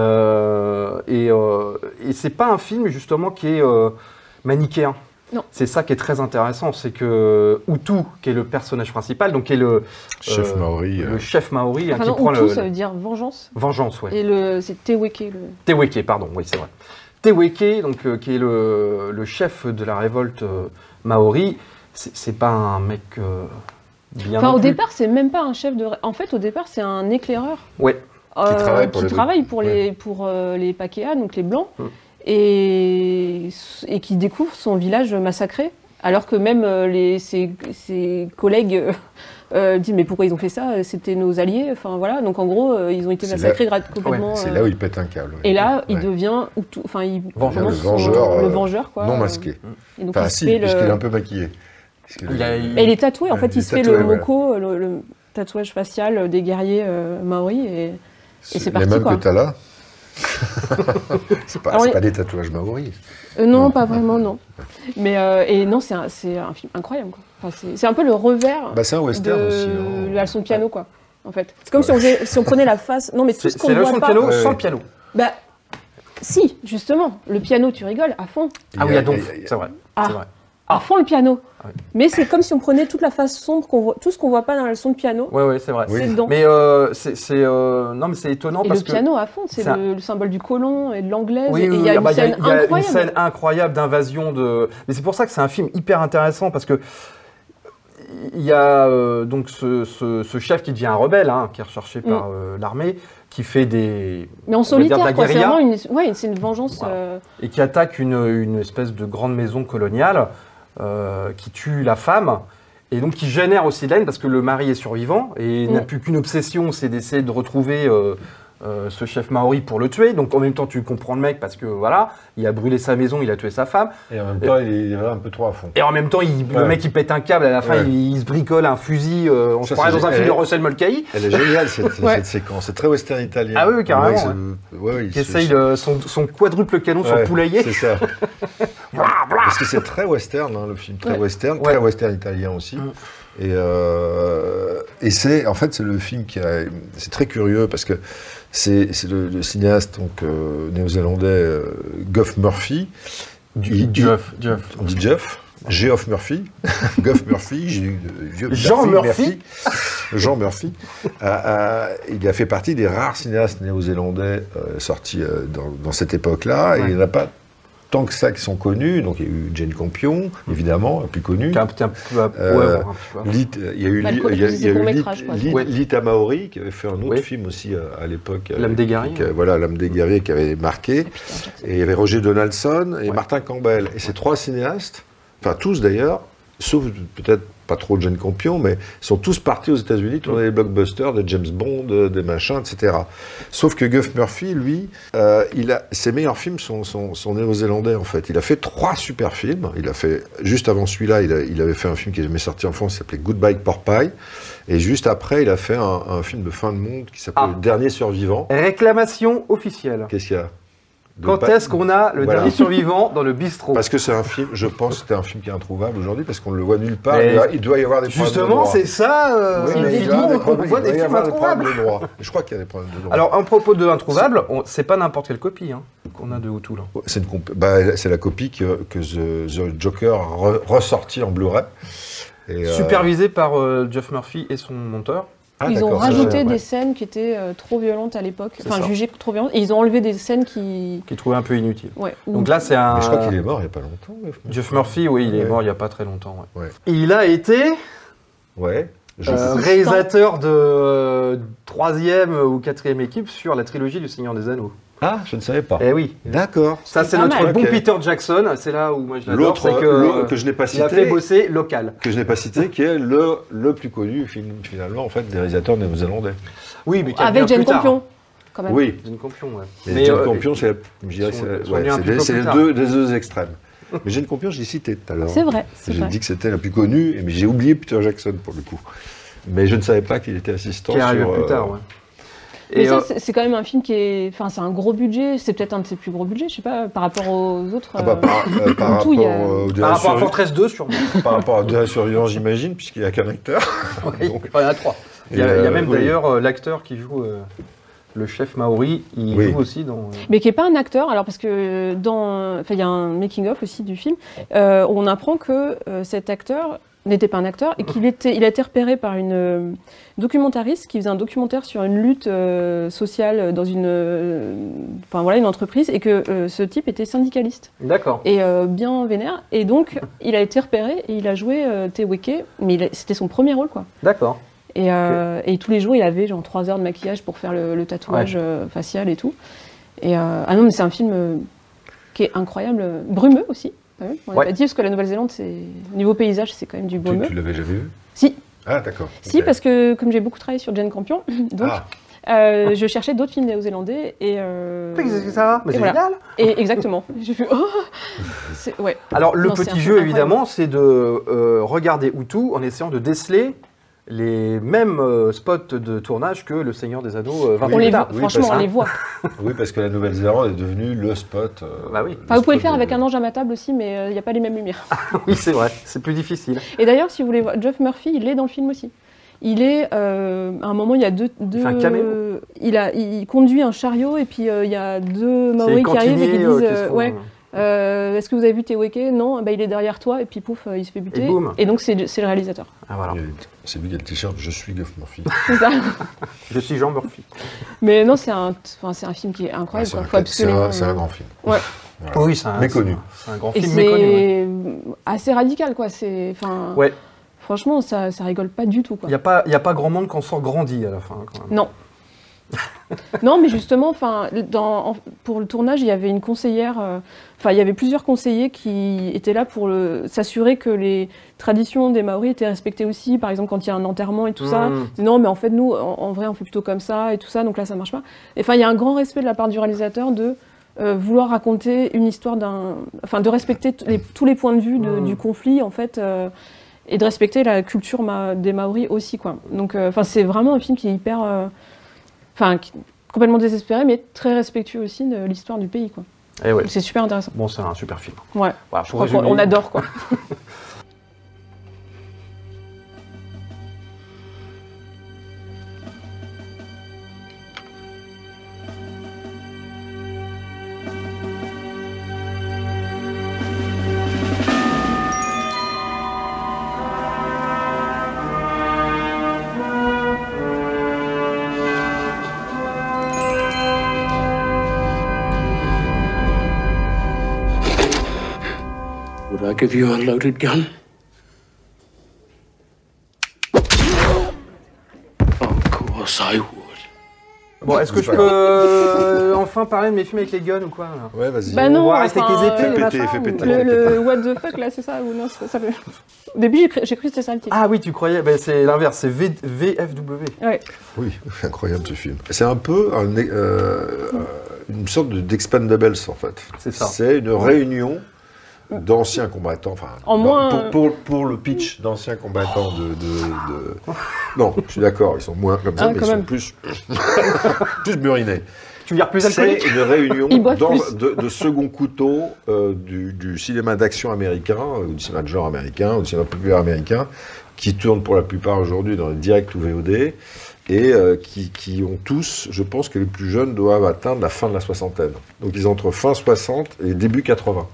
Speaker 4: Euh, et euh, et c'est pas un film, justement, qui est euh, manichéen.
Speaker 5: Non.
Speaker 4: C'est ça qui est très intéressant, c'est que Hutu, qui est le personnage principal, donc qui est le,
Speaker 3: Chef
Speaker 4: Euh,
Speaker 3: Maori. euh,
Speaker 4: le chef maori hein,
Speaker 5: Enfin,
Speaker 4: qui
Speaker 5: non,
Speaker 4: prend
Speaker 5: Hutu,
Speaker 4: le,
Speaker 5: ça veut dire vengeance.
Speaker 4: vengeance, ouais.
Speaker 5: Et le, c'est Teweke. Le...
Speaker 4: Teweke, pardon, oui, c'est vrai. Teweke, donc, euh, qui est le, le chef de la révolte euh, maori, c'est c'est pas un mec euh, bien.
Speaker 5: Enfin,
Speaker 4: non
Speaker 5: au
Speaker 4: plus.
Speaker 5: départ, c'est même pas un chef de. En fait, au départ, c'est un éclaireur
Speaker 4: Ouais,
Speaker 5: euh,
Speaker 3: travaille pour
Speaker 5: qui
Speaker 3: les-
Speaker 5: travaille pour
Speaker 3: ouais.
Speaker 5: les, pour, euh, les Pakeha, donc les Blancs,
Speaker 4: Mm.
Speaker 5: et, et qui découvre son village massacré, alors que même euh, les, ses, ses collègues euh, euh, disent mais pourquoi ils ont fait ça C'était nos alliés. Enfin voilà, donc en gros, euh, ils ont été
Speaker 3: C'est
Speaker 5: massacrés gra- complètement.
Speaker 3: C'est
Speaker 5: euh,
Speaker 3: là où il pète un câble. ouais.
Speaker 5: Et là, il
Speaker 3: Ouais.
Speaker 5: devient ou tout- enfin, il
Speaker 4: Vengeur.
Speaker 5: commence
Speaker 4: Le
Speaker 5: son-
Speaker 3: vengeur, euh,
Speaker 5: le vengeur quoi.
Speaker 3: non
Speaker 5: euh,
Speaker 3: masqué.
Speaker 5: Et donc
Speaker 3: Enfin,
Speaker 5: il se
Speaker 3: si,
Speaker 5: fait le-
Speaker 3: puisqu'il est un peu maquillé. Parce que
Speaker 4: Il a-
Speaker 3: le-
Speaker 5: Et il est tatoué, en fait,
Speaker 3: Il
Speaker 5: il,
Speaker 3: est
Speaker 5: se fait
Speaker 3: tatoué,
Speaker 5: le
Speaker 3: ouais.
Speaker 5: moko, le, le tatouage facial des guerriers euh, maoris. Et... c'est
Speaker 3: les
Speaker 5: parti,
Speaker 3: mêmes
Speaker 5: quoi.
Speaker 3: que t'as là. c'est pas,
Speaker 5: Alors,
Speaker 3: c'est
Speaker 5: les-
Speaker 3: pas des tatouages maoris.
Speaker 5: Euh, non, pas vraiment, non. Mais euh, et non, c'est un, c'est un film incroyable. quoi. Enfin, c'est- c'est un peu le revers
Speaker 3: Bah, c'est un
Speaker 5: de
Speaker 3: western aussi. hein.
Speaker 5: la leçon de piano, quoi. En fait, c'est comme si, on faisait- si on prenait la face. Non, mais tout
Speaker 4: c'est
Speaker 5: ce
Speaker 4: c'est
Speaker 5: qu'on
Speaker 4: la
Speaker 5: voit
Speaker 4: leçon de
Speaker 5: pas.
Speaker 4: piano
Speaker 3: Ouais,
Speaker 4: sans
Speaker 3: ouais.
Speaker 4: le piano.
Speaker 5: Bah, si, justement, le piano, tu rigoles à fond,
Speaker 4: Ah oui,
Speaker 3: y a-
Speaker 4: à Donf,
Speaker 3: y a- y a-
Speaker 4: c'est vrai.
Speaker 5: Ah.
Speaker 4: c'est vrai.
Speaker 5: à fond le piano.
Speaker 4: ouais.
Speaker 5: Mais c'est comme si on prenait toute la face sombre qu'on voit, tout ce qu'on voit pas dans la leçon de piano.
Speaker 4: Ouais, ouais, c'est vrai.
Speaker 3: Oui.
Speaker 5: C'est dedans.
Speaker 4: Mais euh, c'est c'est, euh, non, mais c'est étonnant
Speaker 5: et
Speaker 4: parce
Speaker 5: le
Speaker 4: que
Speaker 5: piano à fond, c'est
Speaker 4: ça-
Speaker 5: le, le symbole du colon et de l'anglaise.
Speaker 4: Oui,
Speaker 5: et
Speaker 4: oui,
Speaker 5: il
Speaker 4: oui,
Speaker 5: y a
Speaker 4: ah
Speaker 5: une
Speaker 4: bah, il y a,
Speaker 5: scène
Speaker 4: il y a une
Speaker 5: incroyable.
Speaker 4: scène incroyable d'invasion de. Mais c'est pour ça que c'est un film hyper intéressant parce que il y a euh, donc ce, ce- ce chef qui devient un rebelle, hein, qui est recherché
Speaker 5: Mm.
Speaker 4: par euh, l'armée, qui fait des
Speaker 5: Mais en
Speaker 4: va dire de la
Speaker 5: solitaire, quoi. C'est
Speaker 4: guérilla.
Speaker 5: vraiment une, ouais, c'est une vengeance.
Speaker 4: Voilà.
Speaker 5: euh,
Speaker 4: et qui attaque une, une espèce de grande maison coloniale euh, qui tue la femme et donc qui génère aussi de la haine parce que le mari est survivant et
Speaker 5: Mm.
Speaker 4: n'a plus qu'une obsession, c'est d'essayer de retrouver euh, euh, ce chef maori pour le tuer. Donc en même temps, tu comprends le mec parce que voilà, il a brûlé sa maison, il a tué sa femme.
Speaker 3: Et en même temps, il est un peu trop à fond.
Speaker 4: Et en même temps, il- le
Speaker 3: Ouais.
Speaker 4: mec il pète un câble, à la fin
Speaker 3: Ouais.
Speaker 4: il, il se bricole un fusil, euh, on
Speaker 3: Ça,
Speaker 4: se croirait
Speaker 3: c'est
Speaker 4: dans un
Speaker 3: gé-
Speaker 4: film de
Speaker 3: eh.
Speaker 4: Russell Mulcahy,
Speaker 3: Elle est géniale cette,
Speaker 5: Ouais.
Speaker 3: cette séquence. C'est très western italien.
Speaker 4: Ah oui, carrément,
Speaker 3: Ouais, c'est- ouais, il
Speaker 4: qui
Speaker 3: se-
Speaker 4: essaye euh, son, son quadruple canon sur
Speaker 3: Ouais,
Speaker 4: le poulailler.
Speaker 3: C'est ça. Parce que c'est très western, hein, le film, très
Speaker 5: Ouais.
Speaker 3: western,
Speaker 4: Ouais.
Speaker 3: très western italien aussi.
Speaker 4: Mm.
Speaker 3: Et, euh, et c'est, en fait, c'est le film qui a. C'est très curieux parce que c'est c'est le, le cinéaste donc euh, néo-zélandais euh, Gough Murphy. Il-
Speaker 4: Jeff, Jeff.
Speaker 3: On dit Jeff. Geoff Murphy, Gough Murphy, G- Geoff Murphy,
Speaker 4: Jean
Speaker 3: Jean Murphy. a- a- il a fait partie des rares cinéastes néo-zélandais euh, sortis euh, dans, dans cette époque-là. Et
Speaker 4: Ouais.
Speaker 3: il n'y en a pas tant que ça qui sont connus. Donc il y a eu Jane Campion, évidemment, la plus connue.
Speaker 4: Qui a un petit- un petit peu- ouais,
Speaker 3: Euh,
Speaker 4: bon, un petit peu.
Speaker 3: Lit- euh, il y a eu, Lit-
Speaker 5: Malcolm,
Speaker 3: il y a-
Speaker 5: il
Speaker 3: il
Speaker 5: faisait
Speaker 3: y a eu Lit-
Speaker 5: court-métrage, je crois.
Speaker 3: Lit-
Speaker 4: Ouais.
Speaker 3: Lita Maori qui avait fait un autre
Speaker 4: Oui.
Speaker 3: film aussi euh, à l'époque.
Speaker 4: L'âme
Speaker 3: avec-
Speaker 4: des Garriers.
Speaker 3: qui, euh, Voilà, l'âme des guerriers qui avait marqué. Et il y avait Roger Donaldson et
Speaker 4: Ouais.
Speaker 3: Martin Campbell. Et ces trois cinéastes, enfin tous d'ailleurs, sauf peut-être pas trop de jeunes campions, mais sont tous partis aux États-Unis tourner des blockbusters, des James Bond, euh, des machins, etc. Sauf que Guff Murphy, lui, euh, il a, ses meilleurs films sont, sont, sont néo-zélandais en fait. Il a fait trois super films. Il a fait, juste avant celui-là, il, a- il avait fait un film qui est jamais sorti en France, qui s'appelait Goodbye Porpie. Et juste après, il a fait un, un film de fin de monde qui s'appelle
Speaker 4: Ah.
Speaker 3: Le Dernier Survivant.
Speaker 4: Réclamation officielle.
Speaker 3: Qu'est-ce qu'il y a De
Speaker 4: Quand
Speaker 3: pas-
Speaker 4: est-ce qu'on a le
Speaker 3: Voilà.
Speaker 4: dernier survivant dans le bistrot
Speaker 3: Parce que c'est un film, je pense que c'était un film qui est introuvable aujourd'hui parce qu'on ne le voit nulle part.
Speaker 4: Mais
Speaker 3: Il, doit- il doit y avoir des
Speaker 4: Justement, c'est
Speaker 3: problèmes
Speaker 4: ça.
Speaker 3: de
Speaker 4: euh,
Speaker 3: droit.
Speaker 5: c'est
Speaker 3: Oui, mais il doit y
Speaker 4: effectivement,
Speaker 3: avoir des
Speaker 4: on
Speaker 3: problèmes-
Speaker 4: voit
Speaker 3: il doit
Speaker 4: des
Speaker 3: y
Speaker 4: films
Speaker 3: avoir des
Speaker 4: introuvables.
Speaker 3: problèmes de droit. Je crois qu'il y a des problèmes de droit.
Speaker 4: Alors, en propos de introuvable, on- c'est pas n'importe quelle copie hein, qu'on a de Hutu là.
Speaker 3: c'est une comp- bah, c'est la copie que, que The, The Joker a re- ressorti en Blu-ray. Et, euh,
Speaker 4: Supervisé par euh, Jeff Murphy et son monteur.
Speaker 3: ah,
Speaker 5: ils ont
Speaker 3: d'accord, ça, je
Speaker 5: rajouté
Speaker 3: savais
Speaker 5: des
Speaker 3: pas.
Speaker 5: scènes qui étaient euh, trop violentes à l'époque,
Speaker 4: C'est
Speaker 5: enfin
Speaker 4: ça.
Speaker 5: jugées trop violentes, et ils ont enlevé des scènes qui.
Speaker 4: qui trouvait un peu inutile.
Speaker 5: Ouais, où-
Speaker 4: Donc là, c'est un.
Speaker 3: Mais je crois qu'il est mort il n'y a pas longtemps. le-
Speaker 4: Jeff Murphy, oui, il est
Speaker 3: Ouais.
Speaker 4: mort il n'y a pas très longtemps. ouais.
Speaker 3: Ouais.
Speaker 4: Il a été
Speaker 3: Ouais. Je-
Speaker 4: euh, réalisateur de euh, troisième ou quatrième équipe sur la trilogie du Seigneur des Anneaux.
Speaker 3: Ah, je ne savais pas.
Speaker 4: Eh oui,
Speaker 3: D'accord.
Speaker 4: ça c'est
Speaker 5: pas
Speaker 4: notre
Speaker 5: mal.
Speaker 4: bon
Speaker 3: Ok.
Speaker 4: Peter Jackson. C'est là où moi je l'adore,
Speaker 3: L'autre
Speaker 4: c'est
Speaker 3: euh,
Speaker 4: que,
Speaker 3: l'autre
Speaker 4: euh,
Speaker 3: que je n'ai pas
Speaker 4: il a fait
Speaker 3: cité,
Speaker 4: bosser local.
Speaker 3: que je n'ai pas cité, qui est le, le plus connu film, finalement en fait des réalisateurs néo-zélandais.
Speaker 4: Oui, mais qui a
Speaker 5: Avec
Speaker 4: bien
Speaker 5: Jane
Speaker 4: plus tard. hein.
Speaker 5: Campion, quand même.
Speaker 3: Oui,
Speaker 4: Jane Campion, ouais.
Speaker 3: mais,
Speaker 4: Mais,
Speaker 3: Jane
Speaker 4: euh,
Speaker 3: Campion, c'est, la- je dirais,
Speaker 4: sont-
Speaker 3: c'est, la-
Speaker 4: sont
Speaker 3: ouais,
Speaker 4: nés un
Speaker 3: c'est
Speaker 4: petit
Speaker 3: les,
Speaker 4: peu
Speaker 3: c'est
Speaker 4: plus
Speaker 3: les
Speaker 4: tard.
Speaker 3: deux, les deux extrêmes. Mais Jane Campion, je l'ai cité tout à l'heure.
Speaker 5: C'est vrai, c'est
Speaker 3: J'ai
Speaker 5: vrai.
Speaker 3: dit que c'était la plus connue, et- mais j'ai oublié Peter Jackson pour le coup. Mais je ne savais pas qu'il était assistant
Speaker 4: qui est arrivé
Speaker 3: sur,
Speaker 4: plus
Speaker 3: euh,
Speaker 4: tard. ouais.
Speaker 5: Mais
Speaker 4: Et,
Speaker 5: ça,
Speaker 4: euh,
Speaker 5: c'est- c'est quand même un film qui est. Enfin, c'est un gros budget, c'est peut-être un de ses plus gros budgets, je sais pas, par rapport aux autres.
Speaker 3: Ah bah,
Speaker 5: euh,
Speaker 3: par, euh, par
Speaker 5: En tout, il y
Speaker 3: rapport,
Speaker 5: a-
Speaker 3: euh, au
Speaker 4: par rapport à
Speaker 3: survi-
Speaker 4: Fortress 2, sûrement.
Speaker 3: par rapport à De la surveillance, j'imagine, puisqu'il n'y a qu'un acteur.
Speaker 4: Oui,
Speaker 3: Donc-
Speaker 4: enfin, il y en a trois. Il y
Speaker 3: Et,
Speaker 4: a, il y a
Speaker 3: euh,
Speaker 4: même
Speaker 3: oui.
Speaker 4: d'ailleurs euh, l'acteur qui joue euh, le chef Maori, il
Speaker 3: Oui.
Speaker 4: joue aussi dans. euh,
Speaker 5: mais qui est pas un acteur. Alors parce que dans, enfin, il y a un making of aussi du film. euh, on apprend que euh, cet acteur n'était pas un acteur et qu'il était, il a été repéré par une euh, documentariste qui faisait un documentaire sur une lutte euh, sociale dans une, euh, enfin voilà, une entreprise et que euh, ce type était syndicaliste
Speaker 4: D'accord.
Speaker 5: et euh, bien vénère. Et donc il a été repéré et il a joué euh, Teweke, mais il a- c'était son premier rôle quoi.
Speaker 4: D'accord.
Speaker 5: Et, euh, et tous les jours, il avait genre 3 heures de maquillage pour faire le, le tatouage euh, facial et tout. Et, euh, ah non, mais c'est un film euh, qui est incroyable, euh, brumeux aussi. quand même. On l'a
Speaker 4: Ouais.
Speaker 5: pas dit parce que la Nouvelle-Zélande, c'est niveau paysage, c'est quand même du
Speaker 3: Tu,
Speaker 5: brumeux.
Speaker 3: tu l'avais jamais vu
Speaker 5: Si,
Speaker 3: Ah, d'accord.
Speaker 5: si, parce que comme j'ai beaucoup travaillé sur Jane Campion, donc
Speaker 3: Ah,
Speaker 5: euh, je cherchais d'autres films néo-zélandais et. euh,
Speaker 4: ça
Speaker 5: et voilà. Et exactement. J'ai fait oh, C'est- ouais.
Speaker 3: Ah,
Speaker 4: Alors le
Speaker 5: Non, c'est un
Speaker 4: petit
Speaker 5: film
Speaker 4: jeu
Speaker 5: incroyable.
Speaker 4: évidemment, c'est de euh, regarder Hutu en essayant de déceler les mêmes euh, spots de tournage que Le Seigneur des Anneaux euh, 20
Speaker 5: on
Speaker 4: ans
Speaker 5: les
Speaker 4: plus
Speaker 5: voit,
Speaker 4: tard.
Speaker 3: oui,
Speaker 5: franchement,
Speaker 3: parce
Speaker 5: on
Speaker 3: que-
Speaker 5: les voit.
Speaker 3: oui, parce que la Nouvelle-Zélande est devenue le spot. euh,
Speaker 4: Bah oui.
Speaker 5: Enfin, vous pouvez le faire
Speaker 3: spot
Speaker 5: avec
Speaker 3: de-
Speaker 5: un ange à ma table aussi, mais euh, il n'y a pas les mêmes lumières.
Speaker 4: Oui, c'est vrai, c'est plus difficile.
Speaker 5: Et d'ailleurs, si vous voulez voir, Geoff Murphy, il est dans le film aussi. Il est, euh, à un moment, il y a deux. deux
Speaker 4: fait un caméo.
Speaker 5: il, a, il conduit un chariot et puis euh, il y a
Speaker 4: C'est
Speaker 5: deux
Speaker 4: les
Speaker 5: Maoris qui arrivent et
Speaker 4: cantiniers,
Speaker 5: qui disent
Speaker 4: euh, qui se
Speaker 5: euh,
Speaker 4: font,
Speaker 5: ouais,
Speaker 4: euh,
Speaker 5: euh, Est-ce que vous avez vu Teweke Non, bah, il est derrière toi et puis pouf, euh, il se fait buter.
Speaker 4: Et boum.
Speaker 5: donc, c'est c'est le réalisateur.
Speaker 4: ah, voilà.
Speaker 3: C'est lui qui a le t-shirt, je suis Geoff Murphy. Ah,
Speaker 5: C'est ça.
Speaker 4: Je suis Jean Murphy.
Speaker 5: Mais non, c'est un, enfin, c'est un film qui est incroyable.
Speaker 3: c'est
Speaker 5: quoi.
Speaker 3: un,
Speaker 5: Faut
Speaker 3: c'est un-
Speaker 5: absolument- euh,
Speaker 3: c'est un grand film.
Speaker 4: Oui, c'est un,
Speaker 3: Méconnu.
Speaker 4: c'est un grand
Speaker 5: Et
Speaker 4: film méconnu. ouais.
Speaker 5: c'est assez radical, quoi. C'est, enfin,
Speaker 4: Ouais.
Speaker 5: franchement, ça, ça rigole pas du tout, quoi.
Speaker 4: Il n'y a, pas- y a pas grand monde qu'on sort grandi à la fin. Quand même.
Speaker 5: Non. non, mais justement, enfin, dans- en- pour le tournage, il y avait une conseillère, euh, enfin, il y avait plusieurs conseillers qui étaient là pour le- s'assurer que les traditions des Maoris étaient respectées aussi. Par exemple, quand il y a un enterrement et tout ça,
Speaker 4: Mm.
Speaker 5: ils disaient, non, mais en fait, nous, en, en vrai, on fait plutôt comme ça et tout ça, donc là, ça marche pas. Et, Enfin, il y a un grand respect de la part du réalisateur de euh, vouloir raconter une histoire d'un, enfin, de respecter t- les- tous les points de vue de-
Speaker 4: Mm.
Speaker 5: du conflit, en fait. euh, et de respecter la culture ma- des Maoris aussi quoi. Donc euh, enfin c'est vraiment un film qui est hyper euh, enfin qui- complètement désespéré mais très respectueux aussi de l'histoire du pays quoi.
Speaker 4: Eh ouais.
Speaker 5: Donc, C'est super intéressant.
Speaker 4: Bon, c'est un super film.
Speaker 5: Ouais.
Speaker 4: Voilà,
Speaker 5: Je
Speaker 4: pour
Speaker 5: crois qu'on
Speaker 4: résumer,
Speaker 5: on adore quoi.
Speaker 6: Would I give you a loaded gun? Of course I would.
Speaker 4: Bon, est-ce que je peux euh, enfin parler de mes films avec les guns ou quoi alors
Speaker 3: Ouais, vas-y.
Speaker 5: Bah non,
Speaker 4: va rester avec les épées.
Speaker 5: les
Speaker 3: Fais péter,
Speaker 5: machins,
Speaker 3: fais
Speaker 5: ou-
Speaker 3: péter,
Speaker 5: le,
Speaker 3: fais
Speaker 5: le what the fuck là, c'est ça ou non, ça, ça peut- Au début, j'ai cru, j'ai cru que c'était ça le titre.
Speaker 4: Ah oui, tu croyais, ben, c'est l'inverse, c'est V- VFW.
Speaker 5: Ouais.
Speaker 3: Oui, incroyable ce film. C'est un peu un, euh, euh, une sorte de- d'expandables en fait.
Speaker 4: C'est ça.
Speaker 3: C'est une réunion d'anciens combattants, enfin,
Speaker 5: En
Speaker 3: dans-
Speaker 5: moins,
Speaker 3: pour,
Speaker 5: euh,
Speaker 3: pour, pour le pitch d'anciens combattants de, de- de- Non, je suis d'accord, ils sont moins comme ça,
Speaker 5: Ah,
Speaker 3: mais ils
Speaker 5: quand même.
Speaker 3: sont plus, plus murinés.
Speaker 4: Tu veux dire plus
Speaker 3: C'est
Speaker 4: alcoolique
Speaker 3: une réunion
Speaker 5: Ils boivent
Speaker 3: dans-
Speaker 5: plus.
Speaker 3: de, de second couteau euh, du, du cinéma d'action américain, euh, ou du cinéma de genre américain, ou du cinéma populaire américain, qui tourne pour la plupart aujourd'hui dans le direct ou VOD, et euh, qui, qui ont tous, je pense que les plus jeunes doivent atteindre la fin de la soixantaine. Donc ils ont entre fin 60 et début 80.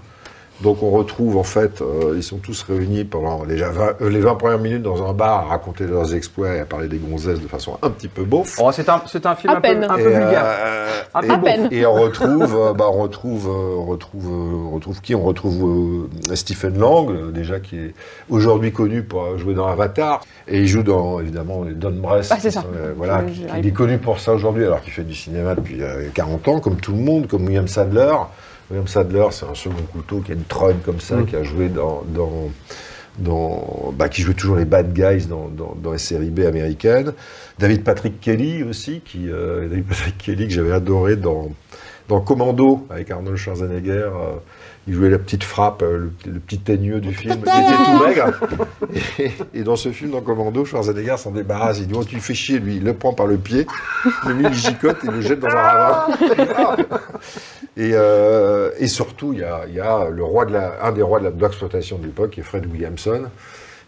Speaker 3: Donc on retrouve en fait, euh, ils sont tous réunis pendant les 20, euh, les 20 premières minutes dans un bar à raconter leurs exploits et à parler des gonzesses de façon un petit peu beauf.
Speaker 4: Oh, c'est un, c'est un film
Speaker 5: À
Speaker 4: un peu,
Speaker 5: peine.
Speaker 4: un peu
Speaker 3: Et, euh,
Speaker 4: vulgaire. Ah, Un
Speaker 3: et-
Speaker 4: peu
Speaker 5: À peine.
Speaker 3: et on retrouve, euh, bah, on retrouve, euh, on retrouve, euh, on retrouve qui On retrouve euh, Stephen Lang, euh, déjà qui est aujourd'hui connu pour jouer dans Avatar, et il joue dans évidemment les Don Bress.
Speaker 5: Ah, c'est
Speaker 3: qui
Speaker 5: ça.
Speaker 3: sont, euh, voilà,
Speaker 5: Je-
Speaker 3: qui-
Speaker 5: j'arrive.
Speaker 3: il est connu pour ça aujourd'hui, alors qu'il fait du cinéma depuis euh, 40 ans, comme tout le monde, comme William Sadler. William Sadler, c'est un second couteau qui a une trône comme ça, qui a joué dans, dans dans, bah, qui jouait toujours les bad guys dans, dans, dans les séries B américaines. David Patrick Kelly aussi, qui, euh, David Patrick Kelly que j'avais adoré dans, dans Commando avec Arnold Schwarzenegger. euh, il jouait la petite frappe, euh, le, petit- le petit teigneux du film, qui était tout maigre. Et, et dans ce film, dans Commando, Schwarzenegger s'en débarrasse. Il dit Oh, tu le fais chier, lui. Il le prend par le pied, le lui, il gicote et le jette dans un ravin.
Speaker 5: Ah.
Speaker 3: Et, euh, et surtout, il y a, il y a le roi de la, un des rois de la- de l'exploitation de l'époque, qui est Fred Williamson,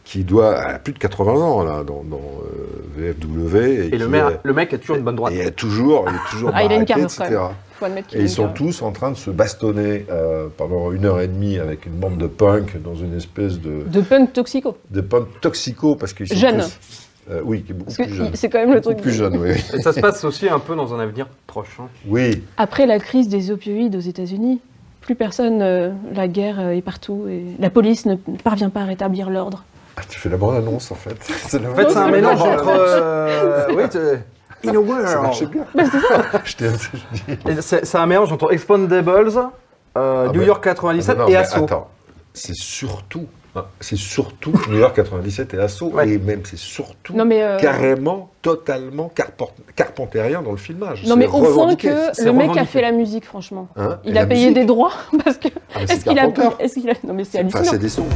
Speaker 3: qui doit elle a plus de 80 ans là, dans, dans, euh, VFW.
Speaker 4: Et euh, le,
Speaker 3: qui
Speaker 4: maire-
Speaker 3: est-
Speaker 4: le mec a toujours une bonne droite.
Speaker 3: et est toujours, il est toujours
Speaker 5: Ah, il a une
Speaker 3: baraqué,
Speaker 5: carrure, quand
Speaker 3: etc.
Speaker 5: même. Faut admettre qu'il
Speaker 3: Et
Speaker 5: est
Speaker 3: ils sont
Speaker 5: bien.
Speaker 3: tous en train de se bastonner euh, pendant une heure et demie avec une bande de punk dans une espèce de,
Speaker 5: De punk toxico.
Speaker 3: de punk toxico parce qu'ils sont
Speaker 5: Jeune.
Speaker 3: tous- euh, oui, qui est beaucoup
Speaker 5: Parce que
Speaker 3: plus jeune.
Speaker 5: il- c'est quand même le
Speaker 3: Beaucoup
Speaker 5: truc.
Speaker 3: plus jeune, oui.
Speaker 4: Et ça se passe aussi un peu dans un avenir proche. hein.
Speaker 3: Oui,
Speaker 5: Après la crise des opioïdes aux États-Unis, plus personne, euh, la guerre euh, est partout et la police ne ne parvient pas à rétablir l'ordre.
Speaker 3: Ah, tu fais la bonne annonce en fait. C'est la
Speaker 4: En fait,
Speaker 3: bonne
Speaker 4: c'est un
Speaker 5: c'est
Speaker 4: mélange
Speaker 5: dommage.
Speaker 4: entre. euh, oui, t'es- In a world.
Speaker 3: Ça marchait bien.
Speaker 5: Bah,
Speaker 3: Je t'ai- je dis-
Speaker 4: Et C'est c'est un mélange entre Expandables, euh,
Speaker 3: Ah
Speaker 4: New
Speaker 3: ben-
Speaker 4: York
Speaker 3: Ah
Speaker 4: 97
Speaker 3: non, non,
Speaker 4: et
Speaker 3: mais
Speaker 4: Assaut.
Speaker 3: Attends, c'est surtout, hein, c'est surtout New York 97 et Assaut,
Speaker 4: Ouais.
Speaker 3: et même c'est surtout
Speaker 5: Non mais, euh,
Speaker 3: carrément, totalement carpor- carpentérien dans le filmage.
Speaker 5: non mais
Speaker 3: C'est
Speaker 5: au fond
Speaker 3: revendiqué.
Speaker 5: que
Speaker 4: c'est
Speaker 5: le mec a
Speaker 4: revendiqué.
Speaker 5: fait la musique, franchement.
Speaker 3: Hein, et
Speaker 5: Il
Speaker 3: la
Speaker 5: a payé
Speaker 3: musique.
Speaker 5: des droits parce que
Speaker 3: Ah, mais c'est
Speaker 5: est-ce qu'il a
Speaker 3: Carpenter.
Speaker 5: est-ce qu'il a non mais c'est
Speaker 3: Enfin,
Speaker 5: hallucinant.
Speaker 3: c'est des sons.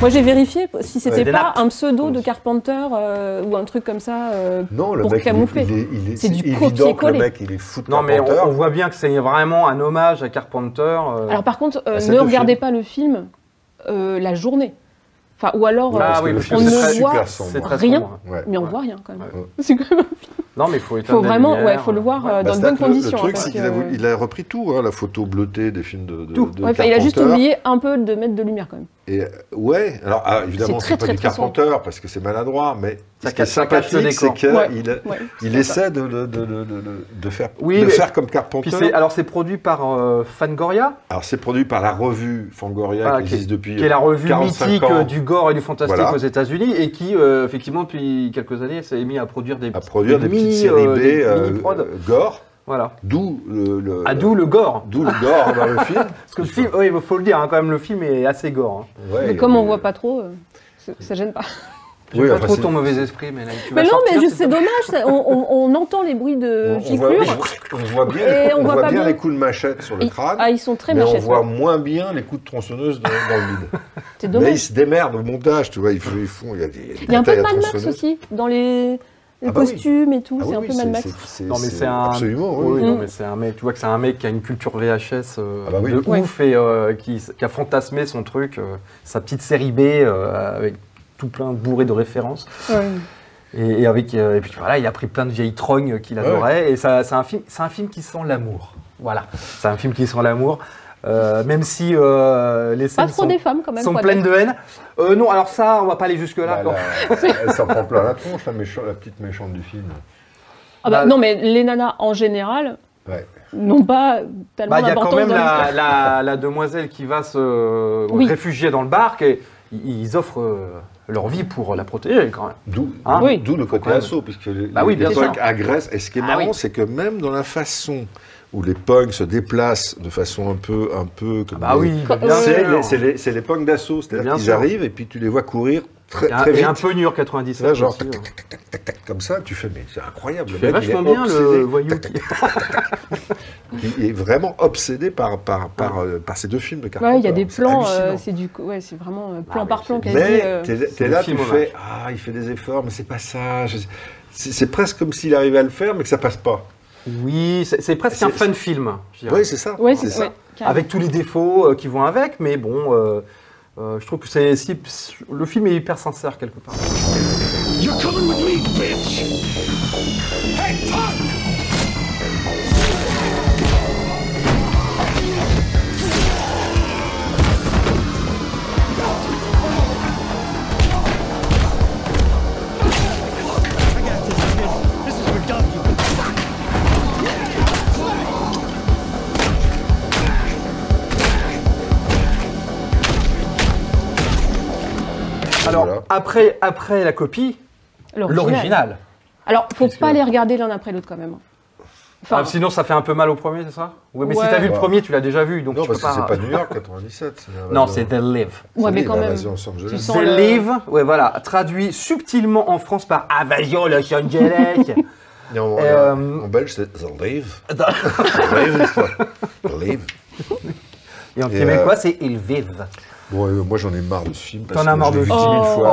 Speaker 5: Moi j'ai vérifié si
Speaker 4: Ouais,
Speaker 5: c'était
Speaker 4: des
Speaker 5: pas
Speaker 4: nappes.
Speaker 5: un pseudo de Carpenter euh, ou un truc comme ça. euh,
Speaker 3: Non, le
Speaker 5: Pour
Speaker 3: mec, il est-
Speaker 5: camoufler.
Speaker 3: il est, il est-
Speaker 5: C'est du
Speaker 3: évident que le
Speaker 5: copier-coller.
Speaker 3: mec, il est fou de
Speaker 4: Non, mais on,
Speaker 3: Carpenter.
Speaker 4: on voit bien que c'est vraiment un hommage à Carpenter. euh.
Speaker 5: Alors par contre, euh,
Speaker 3: Ah, c'est
Speaker 5: ne
Speaker 3: deux
Speaker 5: regardez
Speaker 3: films.
Speaker 5: pas le film euh, la journée. Enfin ou alors
Speaker 4: Ah
Speaker 5: euh,
Speaker 4: oui,
Speaker 3: le
Speaker 4: parce
Speaker 3: film,
Speaker 5: que
Speaker 3: c'est
Speaker 5: on ne
Speaker 3: super
Speaker 5: voit
Speaker 3: sombre.
Speaker 4: c'est très
Speaker 5: rien.
Speaker 4: sombre, hein.
Speaker 3: Ouais.
Speaker 5: mais on
Speaker 4: Ouais.
Speaker 5: voit rien quand même.
Speaker 3: Ouais.
Speaker 5: C'est quand même-
Speaker 4: Non, mais il faut
Speaker 5: faut
Speaker 4: éteindre la
Speaker 5: vraiment
Speaker 4: lumière.
Speaker 5: ouais, faut le voir euh,
Speaker 4: Ouais.
Speaker 5: dans de
Speaker 3: C'est-à-dire
Speaker 5: bonnes
Speaker 3: que le-
Speaker 5: conditions.
Speaker 3: Le truc,
Speaker 5: hein, parce
Speaker 3: c'est qu'il a,
Speaker 5: que-
Speaker 3: voulu- il a repris tout, hein, la photo bleutée des films de, de,
Speaker 4: Tout.
Speaker 3: de
Speaker 5: Ouais, enfin, il a juste
Speaker 3: Carpenter.
Speaker 5: oublié un peu de mettre de lumière quand même.
Speaker 3: Et euh, ouais, alors ah,
Speaker 5: C'est
Speaker 3: évidemment, c'est
Speaker 5: très,
Speaker 3: pas
Speaker 5: très,
Speaker 3: du
Speaker 5: très sombre.
Speaker 3: Carpenter parce que c'est maladroit, mais
Speaker 4: Ça
Speaker 3: ce qui est
Speaker 4: cache- ça cache le
Speaker 3: sympathique, c'est
Speaker 4: décor.
Speaker 3: qu'il
Speaker 5: Ouais. Ouais.
Speaker 3: il essaie de, de, de, de, de- de faire,
Speaker 4: Oui,
Speaker 3: de
Speaker 4: mais-
Speaker 3: faire comme
Speaker 4: Puis
Speaker 3: Carpenter.
Speaker 4: c'est- alors, c'est produit par euh, Fangoria,
Speaker 3: Alors, c'est produit par la revue Fangoria
Speaker 4: Ah,
Speaker 3: qui
Speaker 4: qui-
Speaker 3: existe depuis.
Speaker 4: qui est la revue
Speaker 3: 45
Speaker 4: mythique
Speaker 3: ans.
Speaker 4: euh, du gore et du fantastique
Speaker 3: Voilà.
Speaker 4: aux États-Unis, et qui, euh, effectivement, depuis quelques années, s'est mis à produire des,
Speaker 3: à produire des, petites
Speaker 4: mini,
Speaker 3: séries
Speaker 4: euh,
Speaker 3: B
Speaker 4: des
Speaker 3: euh,
Speaker 4: mini-prod.
Speaker 3: euh, gore,
Speaker 4: Voilà.
Speaker 3: d'où le, le-
Speaker 4: Ah, d'où le gore.
Speaker 3: d'où le gore dans le film.
Speaker 4: Parce que le film, oui, il faut le dire, hein, quand même, le film est assez gore. hein.
Speaker 3: Ouais,
Speaker 5: Mais comme on
Speaker 3: euh,
Speaker 5: voit pas trop, euh, ça- ça gêne pas.
Speaker 3: oui,
Speaker 4: J'aime pas
Speaker 3: enfin,
Speaker 4: trop
Speaker 3: c'est-
Speaker 4: ton mauvais esprit, mais là, tu
Speaker 5: Mais
Speaker 4: vas
Speaker 5: non,
Speaker 4: sortir,
Speaker 5: mais juste,
Speaker 4: c'est
Speaker 5: c'est dommage, ça- on, on- on entend les bruits de
Speaker 3: on, on voit,
Speaker 5: giclures.
Speaker 3: on voit bien,
Speaker 5: Et on
Speaker 3: on
Speaker 5: voit
Speaker 3: voit
Speaker 5: pas
Speaker 3: bien
Speaker 5: bien.
Speaker 3: les coups de machette sur le
Speaker 5: Et-
Speaker 3: crâne.
Speaker 5: Ah, ils sont très
Speaker 3: mais on
Speaker 5: machettes.
Speaker 3: voit
Speaker 5: ouais.
Speaker 3: moins bien les coups de tronçonneuse dans, dans le vide.
Speaker 5: C'est
Speaker 3: Mais ils
Speaker 5: dommage.
Speaker 3: se démerdent au montage, tu vois, ils, font- ils font, il y a des
Speaker 5: Il y a un peu de
Speaker 3: batailles à
Speaker 5: Mad Max
Speaker 3: tronçonneuse.
Speaker 5: aussi, dans les, les
Speaker 3: Ah bah oui.
Speaker 5: costumes et tout.
Speaker 3: Ah oui,
Speaker 5: c'est un
Speaker 3: oui,
Speaker 5: peu Mad Max.
Speaker 4: Non, mais c'est un-
Speaker 3: Absolument, oui.
Speaker 4: Oui,
Speaker 5: Mm.
Speaker 4: non, mais c'est un mec, tu vois que c'est un mec qui a une culture VHS euh,
Speaker 3: Ah bah oui.
Speaker 4: de
Speaker 5: Ouais.
Speaker 4: ouf et euh, qui, s- qui a fantasmé son truc, euh, sa petite série B euh, avec tout plein de bourrées de références.
Speaker 5: Ouais.
Speaker 4: Et, et avec, euh, et puis voilà, il a pris plein de vieilles trognes qu'il
Speaker 3: Ouais.
Speaker 4: adorait. Et ça, c'est un, film- c'est un film qui sent l'amour. Voilà, c'est un film qui sent l'amour. euh, même si euh, les
Speaker 5: Pas
Speaker 4: scènes
Speaker 5: trop
Speaker 4: sont,
Speaker 5: des femmes quand même.
Speaker 4: sont
Speaker 5: faut
Speaker 4: pleines
Speaker 5: admettre.
Speaker 4: de haine. Euh, non, alors ça, on va pas aller jusque-là.
Speaker 3: Bah,
Speaker 4: quoi.
Speaker 3: la- elle s'en prend plein la tronche, la, méchante- la petite méchante du film.
Speaker 5: Ah bah,
Speaker 4: Bah,
Speaker 5: non, mais les nanas en général
Speaker 3: Ouais.
Speaker 5: n'ont pas tellement
Speaker 4: Bah, il y a
Speaker 5: d'importance.
Speaker 4: quand même
Speaker 5: dans
Speaker 4: la,
Speaker 5: l'histoire.
Speaker 4: la- la demoiselle qui va se
Speaker 5: hein. Oui.
Speaker 4: réfugier dans le bar, et ils offrent euh, leur vie pour la protéger quand même.
Speaker 3: D'où
Speaker 4: Hein
Speaker 3: d'où-
Speaker 5: Oui.
Speaker 3: d'où le
Speaker 4: quand
Speaker 3: côté
Speaker 4: même.
Speaker 3: assaut, puisque les,
Speaker 4: Bah oui,
Speaker 3: les
Speaker 4: bien
Speaker 3: punks
Speaker 4: sûr.
Speaker 3: agressent. Et ce qui est
Speaker 4: Ah
Speaker 3: marrant,
Speaker 4: oui.
Speaker 3: c'est que même dans la façon où les punks se déplacent de façon un peu, un peu comme
Speaker 4: Bah
Speaker 3: des-
Speaker 4: oui,
Speaker 5: Quand-
Speaker 4: bien
Speaker 3: C'est
Speaker 4: sûr.
Speaker 3: les, c'est les- c'est les punks d'assaut, c'est-à-dire
Speaker 4: Bien
Speaker 3: qu'ils
Speaker 4: sûr.
Speaker 3: arrivent et puis tu les vois courir très,
Speaker 4: Et un,
Speaker 3: très
Speaker 4: et
Speaker 3: vite.
Speaker 4: un peu New York
Speaker 3: C'est là,
Speaker 4: 97.
Speaker 3: genre,
Speaker 4: aussi,
Speaker 3: tac,
Speaker 4: hein.
Speaker 3: tac, tac, tac, tac, tac, comme ça, tu fais, mais c'est incroyable.
Speaker 4: C'est
Speaker 3: mec, il est
Speaker 4: vachement bien le
Speaker 3: obsédé.
Speaker 4: voyou.
Speaker 3: Tac,
Speaker 4: qui-
Speaker 3: Il est vraiment obsédé par, par, par, euh, par ces deux films de Carpenter.
Speaker 5: Ouais, il y a des
Speaker 3: C'est
Speaker 5: plans,
Speaker 3: hallucinant.
Speaker 5: euh, c'est du, ouais, c'est vraiment euh, plan
Speaker 4: mais
Speaker 5: par plan
Speaker 4: c'est-
Speaker 5: quasi.
Speaker 3: mais
Speaker 5: euh,
Speaker 3: t'es
Speaker 4: c'est
Speaker 3: t'es
Speaker 4: le
Speaker 3: là, tu
Speaker 4: film hommage.
Speaker 3: fais, ah, il fait des efforts, mais c'est pas ça. je- C'est c'est presque comme s'il arrivait à le faire, mais que ça passe pas.
Speaker 4: Oui, c'est c'est presque
Speaker 3: C'est-
Speaker 4: un fan film. je dirais.
Speaker 3: Oui, c'est ça.
Speaker 5: Ouais,
Speaker 3: c'est
Speaker 5: c'est
Speaker 3: ça.
Speaker 5: ouais, carrément.
Speaker 4: Avec tous les défauts euh, qui vont avec, mais bon, euh, Euh, je trouve que c'est si, le film est hyper sincère quelque part.
Speaker 6: You're coming with me, bitch!
Speaker 4: Alors
Speaker 3: Voilà.
Speaker 4: après, après la copie, l'original.
Speaker 5: Alors, faut
Speaker 4: Puisque-
Speaker 5: pas les regarder l'un après l'autre quand même. hein. Enfin,
Speaker 4: Ah, sinon ça fait un peu mal au premier, c'est ça Oui, mais si
Speaker 5: Ouais.
Speaker 4: t'as vu le
Speaker 3: Ouais.
Speaker 4: premier, tu l'as déjà vu, donc
Speaker 3: Non,
Speaker 4: tu
Speaker 3: parce
Speaker 4: peux
Speaker 3: que c'est
Speaker 4: pas.
Speaker 3: pas New York 97. c'est la
Speaker 4: non,
Speaker 3: Vas-
Speaker 4: c'est The Live.
Speaker 5: ouais, mais
Speaker 3: Oui,
Speaker 5: quand
Speaker 3: la
Speaker 5: même.
Speaker 3: Vas-y, Los Angeles.
Speaker 5: Tu sens-
Speaker 4: The
Speaker 5: le-
Speaker 4: Live, ouais voilà, traduit subtilement en France par Availlon Los Angeles.
Speaker 3: Et en,
Speaker 4: Euh,
Speaker 3: en- en belge, c'est The Live.
Speaker 4: Attends.
Speaker 3: Live, quoi. Live.
Speaker 4: Et en
Speaker 3: Et,
Speaker 4: québécois, c'est Ils vivent.
Speaker 3: Bon, euh, moi, j'en ai marre de ce film. parce
Speaker 4: T'en as
Speaker 3: que
Speaker 4: marre
Speaker 3: je l'ai
Speaker 4: de
Speaker 3: vu
Speaker 4: lui.
Speaker 3: 10 000
Speaker 5: Oh.
Speaker 3: fois.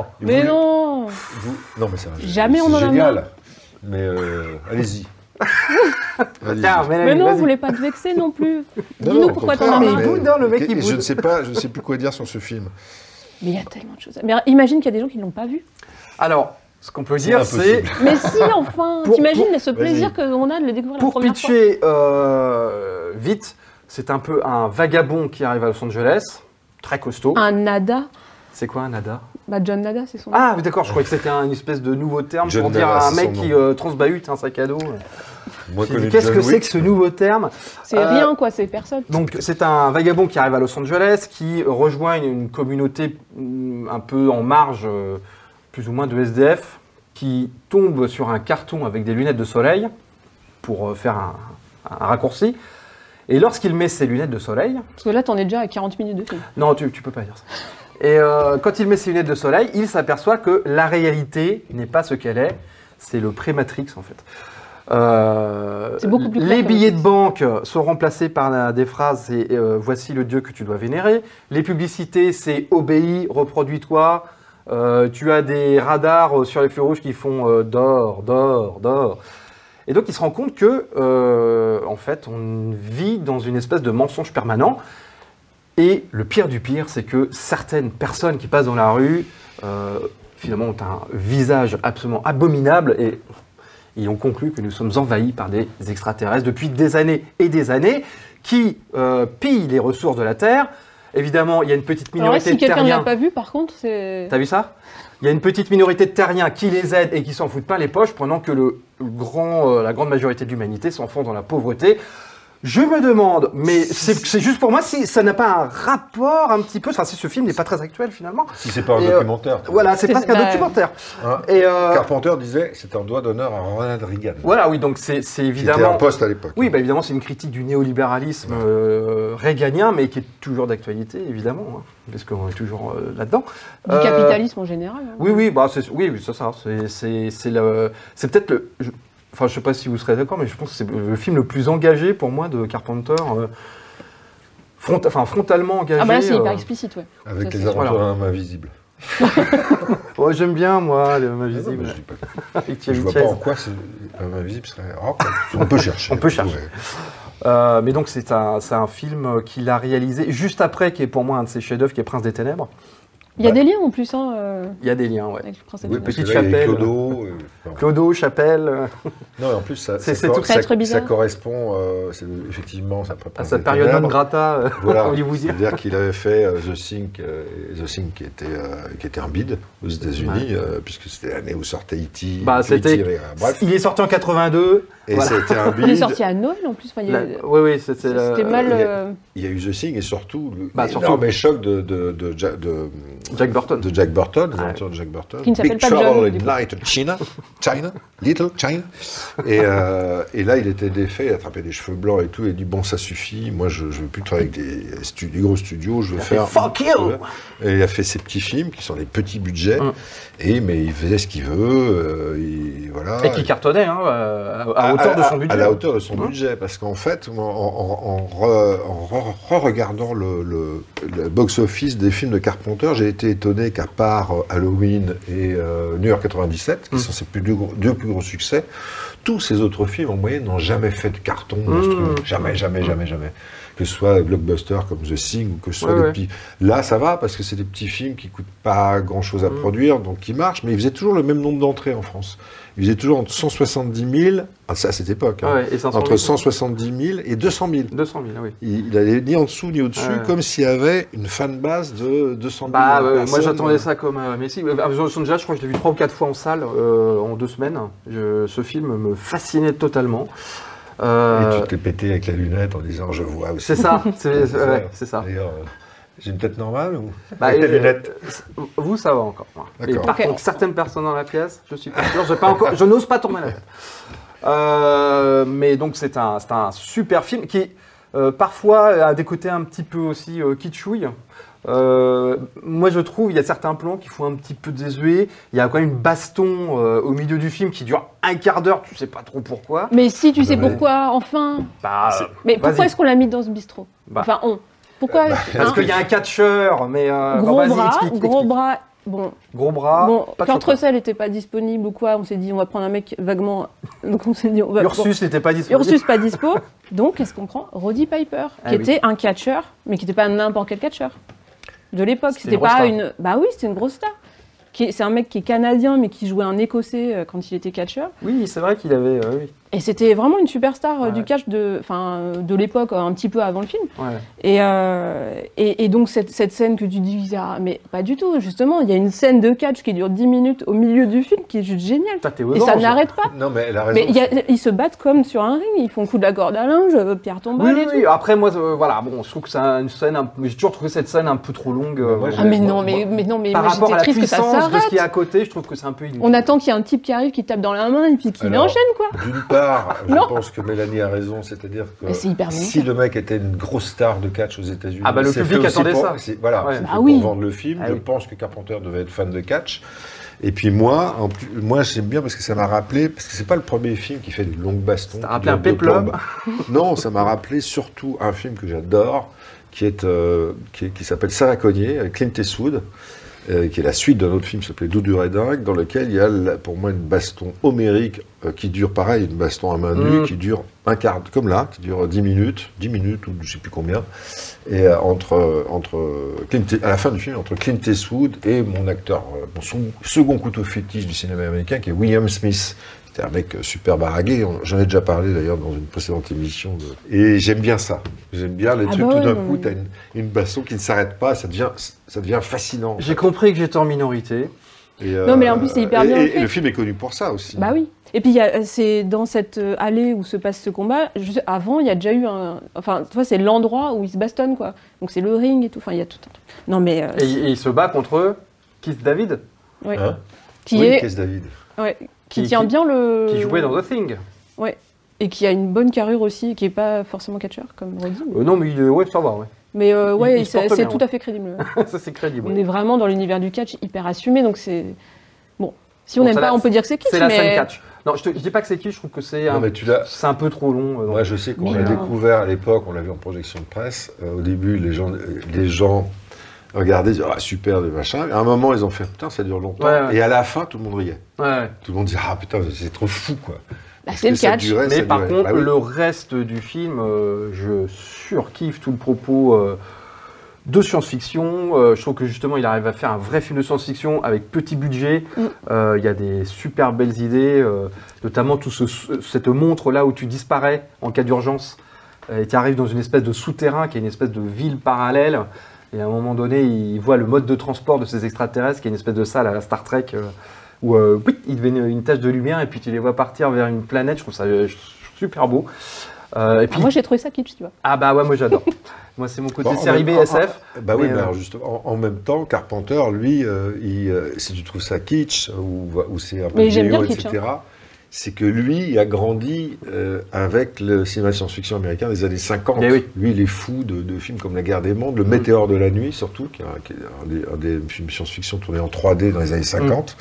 Speaker 4: Oh
Speaker 3: Et
Speaker 5: Mais
Speaker 3: vous-
Speaker 5: non
Speaker 3: vous- Non, mais c'est un-
Speaker 5: Jamais
Speaker 3: c'est
Speaker 5: on en a marre.
Speaker 3: génial. Mais euh, allez-y. Allez-y.
Speaker 4: Putain, Mélanie,
Speaker 5: Mais non, on
Speaker 4: Ah, vas-y.
Speaker 5: voulait pas te vexer non plus.
Speaker 3: Non,
Speaker 5: Dis-nous
Speaker 3: non, au
Speaker 5: pourquoi t'en
Speaker 3: contraire,
Speaker 5: as marre.
Speaker 3: mais-
Speaker 4: Il boude, hein, le mec,
Speaker 3: et-
Speaker 4: il
Speaker 3: et Je
Speaker 4: boude.
Speaker 3: ne sais pas, je ne sais plus quoi dire sur ce film.
Speaker 5: Mais il y a tellement de choses. à- Mais imagine qu'il y a des gens qui ne l'ont pas vu.
Speaker 4: Alors, ce qu'on peut dire, c'est
Speaker 3: Impossible.
Speaker 5: Mais si, enfin
Speaker 4: Pour-
Speaker 5: T'imagines ce
Speaker 3: Vas-y.
Speaker 5: plaisir qu'on a de le découvrir la
Speaker 4: pour
Speaker 5: première fois
Speaker 4: pitcher euh, vite, c'est un peu un vagabond qui arrive à Los Angeles, très costaud.
Speaker 5: Un Nada
Speaker 4: C'est quoi un nada
Speaker 5: Bah, John Nada, c'est son nom.
Speaker 4: Ah oui, d'accord, je croyais que c'était un- une espèce de nouveau terme
Speaker 3: John
Speaker 4: pour dire
Speaker 3: Nada,
Speaker 4: à un
Speaker 3: c'est
Speaker 4: mec
Speaker 3: son
Speaker 4: qui
Speaker 3: nom.
Speaker 4: euh, transbahute un sac à dos.
Speaker 3: Moi,
Speaker 4: J'ai
Speaker 3: connu
Speaker 4: dit, Qu'est-ce
Speaker 3: John
Speaker 4: que c'est
Speaker 3: Wick,
Speaker 4: que ce nouveau terme
Speaker 5: C'est
Speaker 4: euh,
Speaker 5: rien, quoi, c'est personne.
Speaker 4: Donc c'est un vagabond qui arrive à Los Angeles, qui rejoint une- une communauté mm, un peu en marge, euh, plus ou moins de SDF, qui tombe sur un carton avec des lunettes de soleil pour euh, faire un, un raccourci. Et lorsqu'il met ses lunettes de soleil,
Speaker 5: Parce que là, t'en es déjà à 40 minutes de film.
Speaker 4: non, tu, tu peux pas dire ça. Et euh, quand il met ses lunettes de soleil, il s'aperçoit que la réalité n'est pas ce qu'elle est. C'est le pré-Matrix en fait. Euh,
Speaker 5: C'est beaucoup plus clair
Speaker 4: les
Speaker 5: que
Speaker 4: billets de
Speaker 5: Matrix.
Speaker 4: banque sont remplacés par la- des phrases c'est euh, voici le dieu que tu dois vénérer. Les publicités c'est obéis, reproduis-toi. Euh, tu as des radars euh, sur les feux rouges qui font euh, dors, dors, dors. Et donc il se rend compte que euh, en fait on vit dans une espèce de mensonge permanent. Et le pire du pire, c'est que certaines personnes qui passent dans la rue, euh, finalement, ont un visage absolument abominable et ils ont conclu que nous sommes envahis par des extraterrestres depuis des années et des années qui euh, pillent les ressources de la Terre. Évidemment, il y a une petite
Speaker 5: Alors là,
Speaker 4: minorité
Speaker 5: si
Speaker 4: de
Speaker 5: quelqu'un ne l'a
Speaker 4: terriens.
Speaker 5: pas vu, par contre, c'est.
Speaker 4: T'as vu ça Il y a une petite minorité de terriens qui les aident et qui s'en foutent pas les poches, pendant que le grand, euh, la grande majorité de l'humanité s'enfonce dans la pauvreté. Je me demande, mais c'est c'est juste pour moi, si ça n'a pas un rapport un petit peu. Enfin, si ce film n'est pas très actuel finalement.
Speaker 3: Si c'est pas un
Speaker 4: Et, euh,
Speaker 3: documentaire.
Speaker 4: Voilà, c'est
Speaker 5: C'est-
Speaker 4: presque un
Speaker 5: bah,
Speaker 4: documentaire.
Speaker 3: Hein
Speaker 4: Et euh,
Speaker 3: Carpenter disait c'est un doigt d'honneur à Ronald Reagan.
Speaker 4: voilà, oui, donc c'est c'est
Speaker 3: C'était un
Speaker 4: évidemment.
Speaker 3: poste à l'époque.
Speaker 4: Oui, bah évidemment, c'est une critique du néolibéralisme euh, réganien, mais qui est toujours d'actualité, évidemment, hein, parce qu'on est toujours euh, là-dedans.
Speaker 5: Du
Speaker 4: Euh,
Speaker 5: capitalisme en général. hein.
Speaker 4: Oui, oui, bah, c'est, oui, oui, c'est ça. C'est, c'est, c'est le- c'est peut-être le. je- enfin, je sais pas si vous serez d'accord, mais je pense que c'est le film le plus engagé pour moi de Carpenter. euh, front- enfin, frontalement engagé.
Speaker 5: Ah, bah là, c'est hyper
Speaker 4: euh.
Speaker 5: explicite, ouais.
Speaker 3: hein, Avec
Speaker 5: Ça,
Speaker 3: les
Speaker 5: c'est-
Speaker 3: aventures
Speaker 4: voilà.
Speaker 3: d'un homme invisible.
Speaker 4: Ouais, j'aime bien, moi, le ma
Speaker 3: Ah non,
Speaker 4: visible.
Speaker 3: mais je dis pas-
Speaker 4: Avec
Speaker 3: je
Speaker 4: Thierry
Speaker 3: vois
Speaker 4: Chase.
Speaker 3: pas en quoi c'est- un homme invisible serait. Oh, on peut chercher.
Speaker 4: On peut chercher.
Speaker 3: Ouais.
Speaker 4: Euh, mais donc, c'est un, c'est un film euh, qu'il a réalisé juste après, qui est pour moi un de ses chefs-d'œuvre, qui est Prince des Ténèbres.
Speaker 5: Il y a des liens en plus, hein, euh,
Speaker 4: Il y a des liens, ouais.
Speaker 5: avec le prince
Speaker 3: Oui,
Speaker 5: Adrien.
Speaker 3: parce que
Speaker 4: Petite
Speaker 3: là, il y a
Speaker 4: chapelle.
Speaker 3: Clodo. euh, enfin,
Speaker 4: Clodo, Chapelle. euh,
Speaker 3: Non, et en plus, ça,
Speaker 4: C'est-
Speaker 3: ça,
Speaker 4: c'est
Speaker 3: cor-
Speaker 4: tout
Speaker 3: ça,
Speaker 5: très, très bizarre.
Speaker 3: ça correspond, euh, c'est- effectivement, ça prépare
Speaker 4: à sa période non grata euh,
Speaker 3: Voilà,
Speaker 4: hollywoodien.
Speaker 3: c'est-à-dire qu'il avait fait euh, The Sink, euh, et The Sink qui était, euh, qui était un bid aux États-Unis, euh, puisque c'était l'année où sortait E E.T.
Speaker 4: Bah,
Speaker 3: E.T.,
Speaker 4: c'était-
Speaker 3: et, euh, bref,
Speaker 4: Il est sorti en 82.
Speaker 3: et
Speaker 4: voilà.
Speaker 3: c'était un bid.
Speaker 5: Il est sorti à Noël en plus. enfin, il y a-
Speaker 4: La- Oui, oui, c'était.
Speaker 5: C'était
Speaker 4: la-
Speaker 5: mal.
Speaker 3: il y a-
Speaker 5: euh,
Speaker 3: Il y a eu The Thing et surtout le
Speaker 4: Bah, surtout.
Speaker 3: l'énorme choc de, de, de, Ja- de-
Speaker 4: Jack Burton.
Speaker 3: de Jack Burton, les
Speaker 4: Ouais.
Speaker 3: aventures de Jack Burton.
Speaker 5: Ah. Qui ne s'appelle
Speaker 3: Big
Speaker 5: pas John,
Speaker 3: Trouble
Speaker 5: du coup.
Speaker 3: in Little China, China, Little China. Et, euh, et là, il était défait, il attrapait des cheveux blancs et tout, et il dit bon, ça suffit, moi je, je veux plus travailler avec des, stu- des gros studios, je veux faire.
Speaker 4: Fuck you!
Speaker 3: Et il a fait ses petits films qui sont des petits budgets,
Speaker 4: Mm.
Speaker 3: et mais il faisait ce qu'il veut, euh, il- voilà.
Speaker 4: Et qui cartonnait hein, euh, à, à hauteur de son budget.
Speaker 3: À la hauteur de son
Speaker 4: Hein
Speaker 3: budget, parce qu'en fait, en, en- en re- en re- re-regardant le, le- le box-office des films de Carpenter, j'ai été étonné qu'à part euh, Halloween et euh, New York 97, qui
Speaker 4: Mm.
Speaker 3: sont ses plus deux, gros- deux plus gros succès, tous ces autres films, en moyenne, n'ont jamais fait de carton monstrueux.
Speaker 4: Mm.
Speaker 3: Jamais, jamais, jamais, jamais. que ce soit blockbuster comme The Thing ou que ce soit
Speaker 4: Ouais,
Speaker 3: des
Speaker 4: ouais.
Speaker 3: petits. Là, ça va parce que c'est des petits films qui coûtent pas grand chose à
Speaker 4: Mhm.
Speaker 3: produire, donc qui marchent, mais ils faisaient toujours le même nombre d'entrées en France. Ils faisaient toujours entre 170 000, ah, ça à cette époque, hein,
Speaker 4: Ouais, et 500
Speaker 3: entre
Speaker 4: 000.
Speaker 3: 170 000 et 200 000.
Speaker 4: 200 000, ah oui.
Speaker 3: Il, il allait ni en dessous ni au-dessus,
Speaker 4: Ouais.
Speaker 3: comme s'il y avait une fanbase de 200 000
Speaker 4: Bah, ouais, moi
Speaker 3: personnes.
Speaker 4: j'attendais ça comme euh, Messi. Euh, Invasion Déjà, je crois que je l'ai vu trois ou quatre fois en salle euh, en deux semaines. Je- ce film me fascinait totalement. Euh,
Speaker 3: Et tu t'es pété avec la lunette en disant je vois aussi.
Speaker 4: c'est ça, c'est
Speaker 3: C'est ça.
Speaker 4: ouais, c'est ça.
Speaker 3: D'ailleurs, euh, j'ai une tête normale ou
Speaker 4: Bah,
Speaker 3: Avec la
Speaker 4: euh,
Speaker 3: lunette.
Speaker 4: euh, vous, ça va encore. moi. Mais
Speaker 3: D'accord.
Speaker 4: par
Speaker 5: Ok.
Speaker 4: contre, certaines personnes dans la pièce, je suis pas sûr, j'ai pas encore, je n'ose pas tourner la tête. Euh, mais donc, c'est un, c'est un super film qui, euh, parfois, a des côtés un petit peu aussi euh, kitschouille. Euh, moi, je trouve, il y a certains plans qui font un petit peu désuet. Il y a quand même une baston euh, au milieu du film qui dure un quart d'heure, tu sais pas trop pourquoi.
Speaker 5: Mais si, tu sais
Speaker 3: Ouais.
Speaker 5: pourquoi, enfin.
Speaker 4: Bah, euh,
Speaker 5: Mais
Speaker 4: Vas-y.
Speaker 5: pourquoi est-ce qu'on l'a mis dans ce bistrot
Speaker 4: Bah.
Speaker 5: Enfin, on. Pourquoi
Speaker 4: parce
Speaker 5: hein,
Speaker 4: qu'il y a un catcheur, mais euh,
Speaker 5: Gros
Speaker 4: bah, vas-y,
Speaker 5: bras,
Speaker 4: explique,
Speaker 5: gros
Speaker 4: explique.
Speaker 5: bras. Bon,
Speaker 4: Gros bras,
Speaker 5: bon
Speaker 4: pas de
Speaker 5: quand
Speaker 4: chaussures.
Speaker 5: Russell n'était pas disponible ou quoi, on s'est dit on va prendre un mec vaguement. Donc on s'est dit on va. bon.
Speaker 4: Ursus n'était pas disponible.
Speaker 5: Ursus pas dispo. Donc qu'est-ce qu'on prend Roddy Piper,
Speaker 4: Ah
Speaker 5: qui
Speaker 4: oui.
Speaker 5: était un catcheur, mais qui n'était pas n'importe quel catcheur de l'époque.
Speaker 4: C'était une
Speaker 5: C'était
Speaker 4: grosse
Speaker 5: pas
Speaker 4: star.
Speaker 5: une. Bah oui, c'était une grosse star. Qui est- C'est un mec qui est canadien, mais qui jouait un écossais euh, quand il était catcheur.
Speaker 4: Oui, c'est vrai qu'il avait. euh, oui.
Speaker 5: Et c'était vraiment une superstar euh,
Speaker 4: Ouais.
Speaker 5: du catch de, enfin, euh, de l'époque, euh, un petit peu avant le film.
Speaker 4: Ouais.
Speaker 5: Et, euh, et, et donc cette, cette scène que tu dis, ah, mais pas du tout, justement, il y a une scène de catch qui dure 10 minutes au milieu du film qui est juste géniale.
Speaker 4: Putain, t'es
Speaker 5: Et ça
Speaker 4: orange.
Speaker 5: n'arrête pas.
Speaker 3: Non, mais elle a raison.
Speaker 5: Mais il y a- ils se battent comme sur un ring, ils font coup de la corde à linge, euh, pierre tombale
Speaker 4: Oui,
Speaker 5: et
Speaker 4: oui,
Speaker 5: tout.
Speaker 4: oui. Après, moi, euh, voilà, bon, je trouve que c'est une scène. un- J'ai toujours trouvé cette scène un peu trop longue. euh,
Speaker 3: Moi, j'ai-
Speaker 5: Ah mais
Speaker 3: Moi,
Speaker 5: non,
Speaker 3: moi,
Speaker 5: mais, mais non, mais
Speaker 4: par
Speaker 5: moi,
Speaker 4: rapport
Speaker 5: j'étais
Speaker 4: à la
Speaker 5: triste que ça
Speaker 4: puissance de ce qui est
Speaker 5: s'arrête.
Speaker 4: à côté, je trouve que c'est un peu. inutile.
Speaker 5: On attend qu'il y ait un type qui arrive, qui tape dans la main et puis qui
Speaker 3: Alors,
Speaker 5: enchaîne quoi.
Speaker 3: D'une part, je
Speaker 5: Non.
Speaker 3: pense que Mélanie a raison, c'est-à-dire que
Speaker 5: Mais
Speaker 4: euh,
Speaker 5: c'est hyper bon.
Speaker 3: si le mec était une grosse star de catch aux États-Unis,
Speaker 4: Ah bah, le
Speaker 3: c'est
Speaker 4: public
Speaker 3: fait aussi
Speaker 4: attendait
Speaker 3: pour-
Speaker 4: ça.
Speaker 3: c'est- Voilà,
Speaker 4: Ouais.
Speaker 3: c'est
Speaker 5: Bah
Speaker 3: fait
Speaker 5: oui.
Speaker 3: pour vendre le film.
Speaker 4: Ah
Speaker 3: je
Speaker 4: oui.
Speaker 3: pense que Carpenter devait être fan de catch. Et puis moi, en plus, moi j'aime bien parce que ça m'a rappelé, parce que c'est pas le premier film qui fait de longues bastons.
Speaker 4: Ça
Speaker 3: qui
Speaker 4: t'a rappelé
Speaker 3: dure
Speaker 4: un
Speaker 3: deux
Speaker 4: péplum.
Speaker 3: plombes. Non, ça m'a rappelé surtout un film que j'adore, qui est euh, qui, qui s'appelle Sarah Cognier, avec Clint Eastwood, euh, qui est la suite d'un autre film qui s'appelait Doudou et Dingue, dans lequel il y a là, pour moi une baston homérique euh, qui dure pareil, une baston à main nue
Speaker 4: Mm.
Speaker 3: qui dure un quart, comme là, qui dure 10 minutes, 10 minutes ou je sais plus combien, et euh, entre euh, entre euh, Clint, à la fin du film entre Clint Eastwood et mon acteur, euh, mon son- second couteau fétiche du cinéma américain qui est William Smith. C'était un mec euh, super baragué. On- J'en ai déjà parlé d'ailleurs dans une précédente émission. de- Et j'aime bien ça. J'aime bien les
Speaker 5: Ah
Speaker 3: trucs.
Speaker 5: bah
Speaker 3: Tout
Speaker 5: ouais,
Speaker 3: d'un
Speaker 5: non,
Speaker 3: coup,
Speaker 5: mais-
Speaker 3: t'as une, une baston qui ne s'arrête pas. Ça devient, ça devient fascinant.
Speaker 4: J'ai compris que j'étais en minorité.
Speaker 3: Et, euh,
Speaker 5: Non, mais en plus, c'est hyper
Speaker 3: et-
Speaker 5: bien
Speaker 3: Et,
Speaker 5: fait.
Speaker 3: et le film est connu pour ça aussi.
Speaker 5: Bah oui. Et puis il y a- c'est dans cette euh, allée où se passe ce combat. je sais- avant, il y a déjà eu un. Enfin, tu vois, c'est l'endroit où ils se bastonnent quoi. Donc c'est le ring et tout. Enfin, il y a tout un truc. Non mais euh,
Speaker 4: Et, et il Ah. se bat contre Keith David,
Speaker 5: ouais.
Speaker 3: Hein
Speaker 5: qui
Speaker 3: oui,
Speaker 5: est
Speaker 3: Keith David.
Speaker 5: ouais,
Speaker 4: qui-
Speaker 5: qui, tient
Speaker 4: qui-
Speaker 5: bien le.
Speaker 4: qui jouait dans The Thing.
Speaker 5: Et qui a une bonne carrure aussi, qui est pas forcément catcheur comme Roddy. Mais,
Speaker 4: Euh, non, mais il est- ouais, ça va, ouais.
Speaker 5: mais, euh,
Speaker 4: il-
Speaker 5: ouais,
Speaker 4: il se
Speaker 5: c'est
Speaker 4: porte
Speaker 5: c'est
Speaker 4: bien,
Speaker 5: tout
Speaker 4: ouais.
Speaker 5: à fait crédible.
Speaker 4: ça, c'est crédible.
Speaker 5: on est vraiment dans l'univers du catch hyper assumé, donc c'est bon. Si on
Speaker 4: Bon,
Speaker 5: n'aime
Speaker 4: ça,
Speaker 5: pas,
Speaker 4: là,
Speaker 5: on peut dire que c'est kitsch,
Speaker 4: C'est
Speaker 5: mais
Speaker 4: la scène catch. Non, je, te, je dis pas que c'est qui, je trouve que c'est
Speaker 3: Non,
Speaker 4: un,
Speaker 3: mais tu l'as.
Speaker 4: c'est un peu trop long. euh, donc-
Speaker 3: Moi, je sais qu'on
Speaker 5: Mais
Speaker 3: l'a
Speaker 5: non.
Speaker 3: découvert à l'époque, on l'a vu en projection de presse. Euh, au début, les gens, les gens regardaient, disaient, ah, super, des machins. À un moment, ils ont fait, putain, ça dure longtemps.
Speaker 4: Ouais, ouais.
Speaker 3: Et à la fin, tout le monde riait.
Speaker 4: Ouais, ouais.
Speaker 3: Tout le monde disait, ah putain, c'est trop fou, quoi.
Speaker 5: Bah,
Speaker 3: Parce
Speaker 5: c'est
Speaker 3: que
Speaker 5: le
Speaker 3: ça
Speaker 5: catch.
Speaker 3: durait,
Speaker 4: Mais
Speaker 3: ça
Speaker 4: par
Speaker 3: durait.
Speaker 4: contre,
Speaker 3: Bah oui.
Speaker 4: le reste du film, euh, je surkiffe tout le propos euh, de science-fiction. Euh, je trouve que justement, il arrive à faire un vrai film de science-fiction avec petit budget.
Speaker 5: Mm.
Speaker 4: Euh, Il y a des super belles idées, euh, notamment tout ce, cette montre là où tu disparais en cas d'urgence euh, et tu arrives dans une espèce de souterrain qui est une espèce de ville parallèle. Et à un moment donné, il voit le mode de transport de ces extraterrestres, qui est une espèce de salle à la Star Trek, euh, où euh, pouit, il devient une, une tache de lumière, et puis tu les vois partir vers une planète. Je trouve ça euh, super beau. Euh, et
Speaker 5: Ah,
Speaker 4: puis,
Speaker 5: moi, j'ai trouvé ça kitsch, tu vois.
Speaker 4: ah bah ouais, moi j'adore. moi, c'est mon côté
Speaker 3: Bon, en
Speaker 4: série
Speaker 3: même- en-
Speaker 4: BSF.
Speaker 3: Bah oui,
Speaker 4: Mais,
Speaker 3: mais
Speaker 4: euh,
Speaker 3: alors justement, en, en même temps, Carpenter, lui, euh, il, euh, si tu trouves ça kitsch euh, ou, ou c'est un peu
Speaker 5: Mais j'aime bien
Speaker 3: vieillot,
Speaker 5: le kitsch,
Speaker 3: etc., c'est que lui, il a grandi euh, avec le cinéma de science-fiction américain des années 50.
Speaker 4: Eh oui. Mm.
Speaker 3: Lui, il est fou de, de films comme La guerre des mondes, Le météore de la nuit, surtout, qui est un, qui est un des, un des films de science-fiction tournés en 3D dans les années
Speaker 4: Mm.
Speaker 3: 50.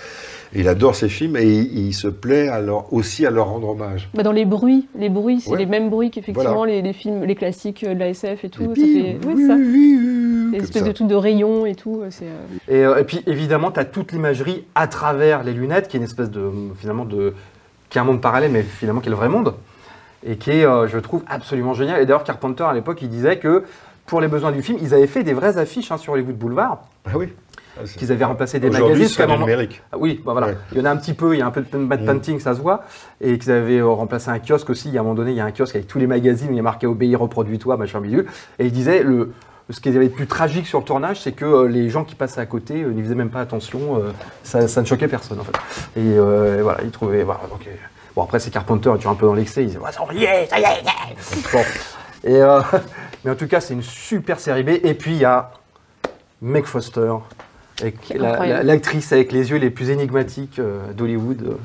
Speaker 3: Et il adore ces films et il, il se plaît à leur- aussi à leur rendre hommage.
Speaker 5: Bah, dans les bruits, les bruits, c'est
Speaker 3: Ouais.
Speaker 5: les mêmes bruits qu'effectivement
Speaker 3: Voilà.
Speaker 5: les, les films, les classiques euh, de la SF et tout.
Speaker 3: Et
Speaker 5: ça
Speaker 3: puis,
Speaker 5: fait... Oui, ça. Des
Speaker 3: comme
Speaker 5: espèces
Speaker 3: ça.
Speaker 5: de trucs de rayons et tout. euh, C'est euh,
Speaker 4: Et, euh, et puis évidemment, tu as toute l'imagerie à travers les lunettes, qui est une espèce de. finalement de. qui est un monde parallèle, mais finalement qui est le vrai monde. et qui est, euh, je trouve, absolument génial. Et d'ailleurs, Carpenter, à l'époque, il disait que pour les besoins du film, ils avaient fait des vraies affiches hein, sur les bouts de boulevard,
Speaker 3: Ah oui. Ah, c'est-
Speaker 4: qu'ils avaient remplacé des
Speaker 3: Aujourd'hui,
Speaker 4: magazines.
Speaker 3: c'est
Speaker 4: parce qu'à un moment-
Speaker 3: numérique.
Speaker 4: Ah Oui, bah voilà.
Speaker 3: Ouais.
Speaker 4: il y en a un petit peu, il y a un peu de bad
Speaker 3: Mm.
Speaker 4: painting, ça se voit, et qu'ils avaient euh, remplacé un kiosque aussi. Il y a un moment donné, il y a un kiosque avec tous les magazines où il y a marqué obéir, reproduis-toi, machin bidule. Et il disait, le, ce qui avait de plus tragique sur le tournage, c'est que euh, les gens qui passaient à côté euh, n'y faisaient même pas attention, euh, ça, ça ne choquait personne en fait. Et euh, et voilà, ils trouvaient. voilà, donc, euh, bon, après, c'est Carpenter, tu es un peu dans l'excès, ils disaient, ouais, ça y est, ça y est, ça y est. Bon. Et, euh, mais en tout cas, c'est une super série B. Et puis, il y a Meg Foster, avec
Speaker 5: est
Speaker 4: la-
Speaker 5: incroyable.
Speaker 4: la- l'actrice avec les yeux les plus énigmatiques euh, d'Hollywood.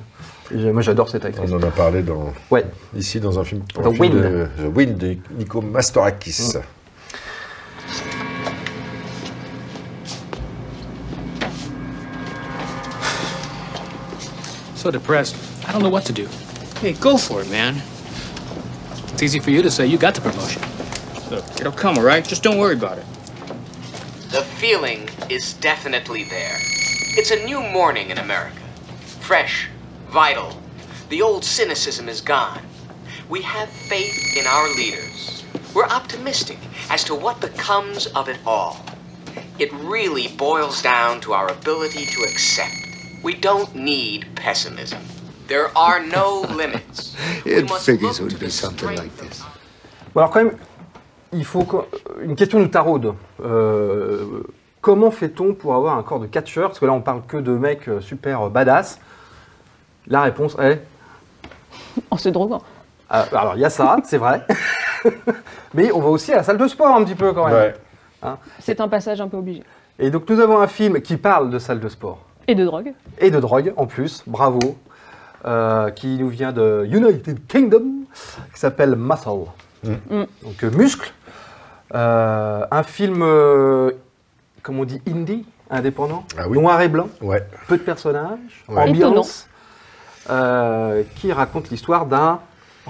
Speaker 4: Et j'ai- Moi, j'adore cette actrice.
Speaker 3: On en a parlé dans,
Speaker 4: Ouais.
Speaker 3: ici dans un film,
Speaker 4: The
Speaker 3: un film
Speaker 4: Wind.
Speaker 3: de The Wind de Nico Mastorakis.
Speaker 7: So depressed. I don't know what to do. Hey, go for it, man. It's easy for you to say you got the promotion. Look, it'll come, all right? Just don't worry about it.
Speaker 8: The feeling is definitely there. It's a new morning in America. Fresh, vital. The old cynicism is gone. We have faith in our leaders. We're optimistic as to what becomes of it all. It really boils down to our ability to accept. We don't need pessimism. There are no limits. We
Speaker 6: It
Speaker 8: must
Speaker 6: figures
Speaker 8: look
Speaker 6: it would
Speaker 8: to
Speaker 6: be
Speaker 8: the
Speaker 6: something
Speaker 8: strength
Speaker 6: like
Speaker 8: of
Speaker 6: this.
Speaker 4: Bon, alors quand même, il faut qu'on- une question nous taraude. Euh, comment fait-on pour avoir un corps de catcheur Parce que là, on parle que de mecs euh, super badass. La réponse est
Speaker 5: En se droguant.
Speaker 4: euh, alors il y a ça, c'est vrai. Mais on va aussi à la salle de sport un petit peu quand même.
Speaker 3: Ouais.
Speaker 5: C'est un passage un peu obligé.
Speaker 4: Et donc nous avons un film qui parle de salle de sport
Speaker 5: Et de drogue.
Speaker 4: et de drogue en plus, bravo, euh, qui nous vient de United Kingdom, qui s'appelle Muscle.
Speaker 3: Mm.
Speaker 4: Donc euh, muscle. Euh, un film, euh, comme on dit, indie, indépendant,
Speaker 3: Ah oui.
Speaker 4: noir et blanc,
Speaker 3: Ouais.
Speaker 4: peu de personnages,
Speaker 3: Ouais.
Speaker 4: ambiance, euh, qui raconte l'histoire d'un...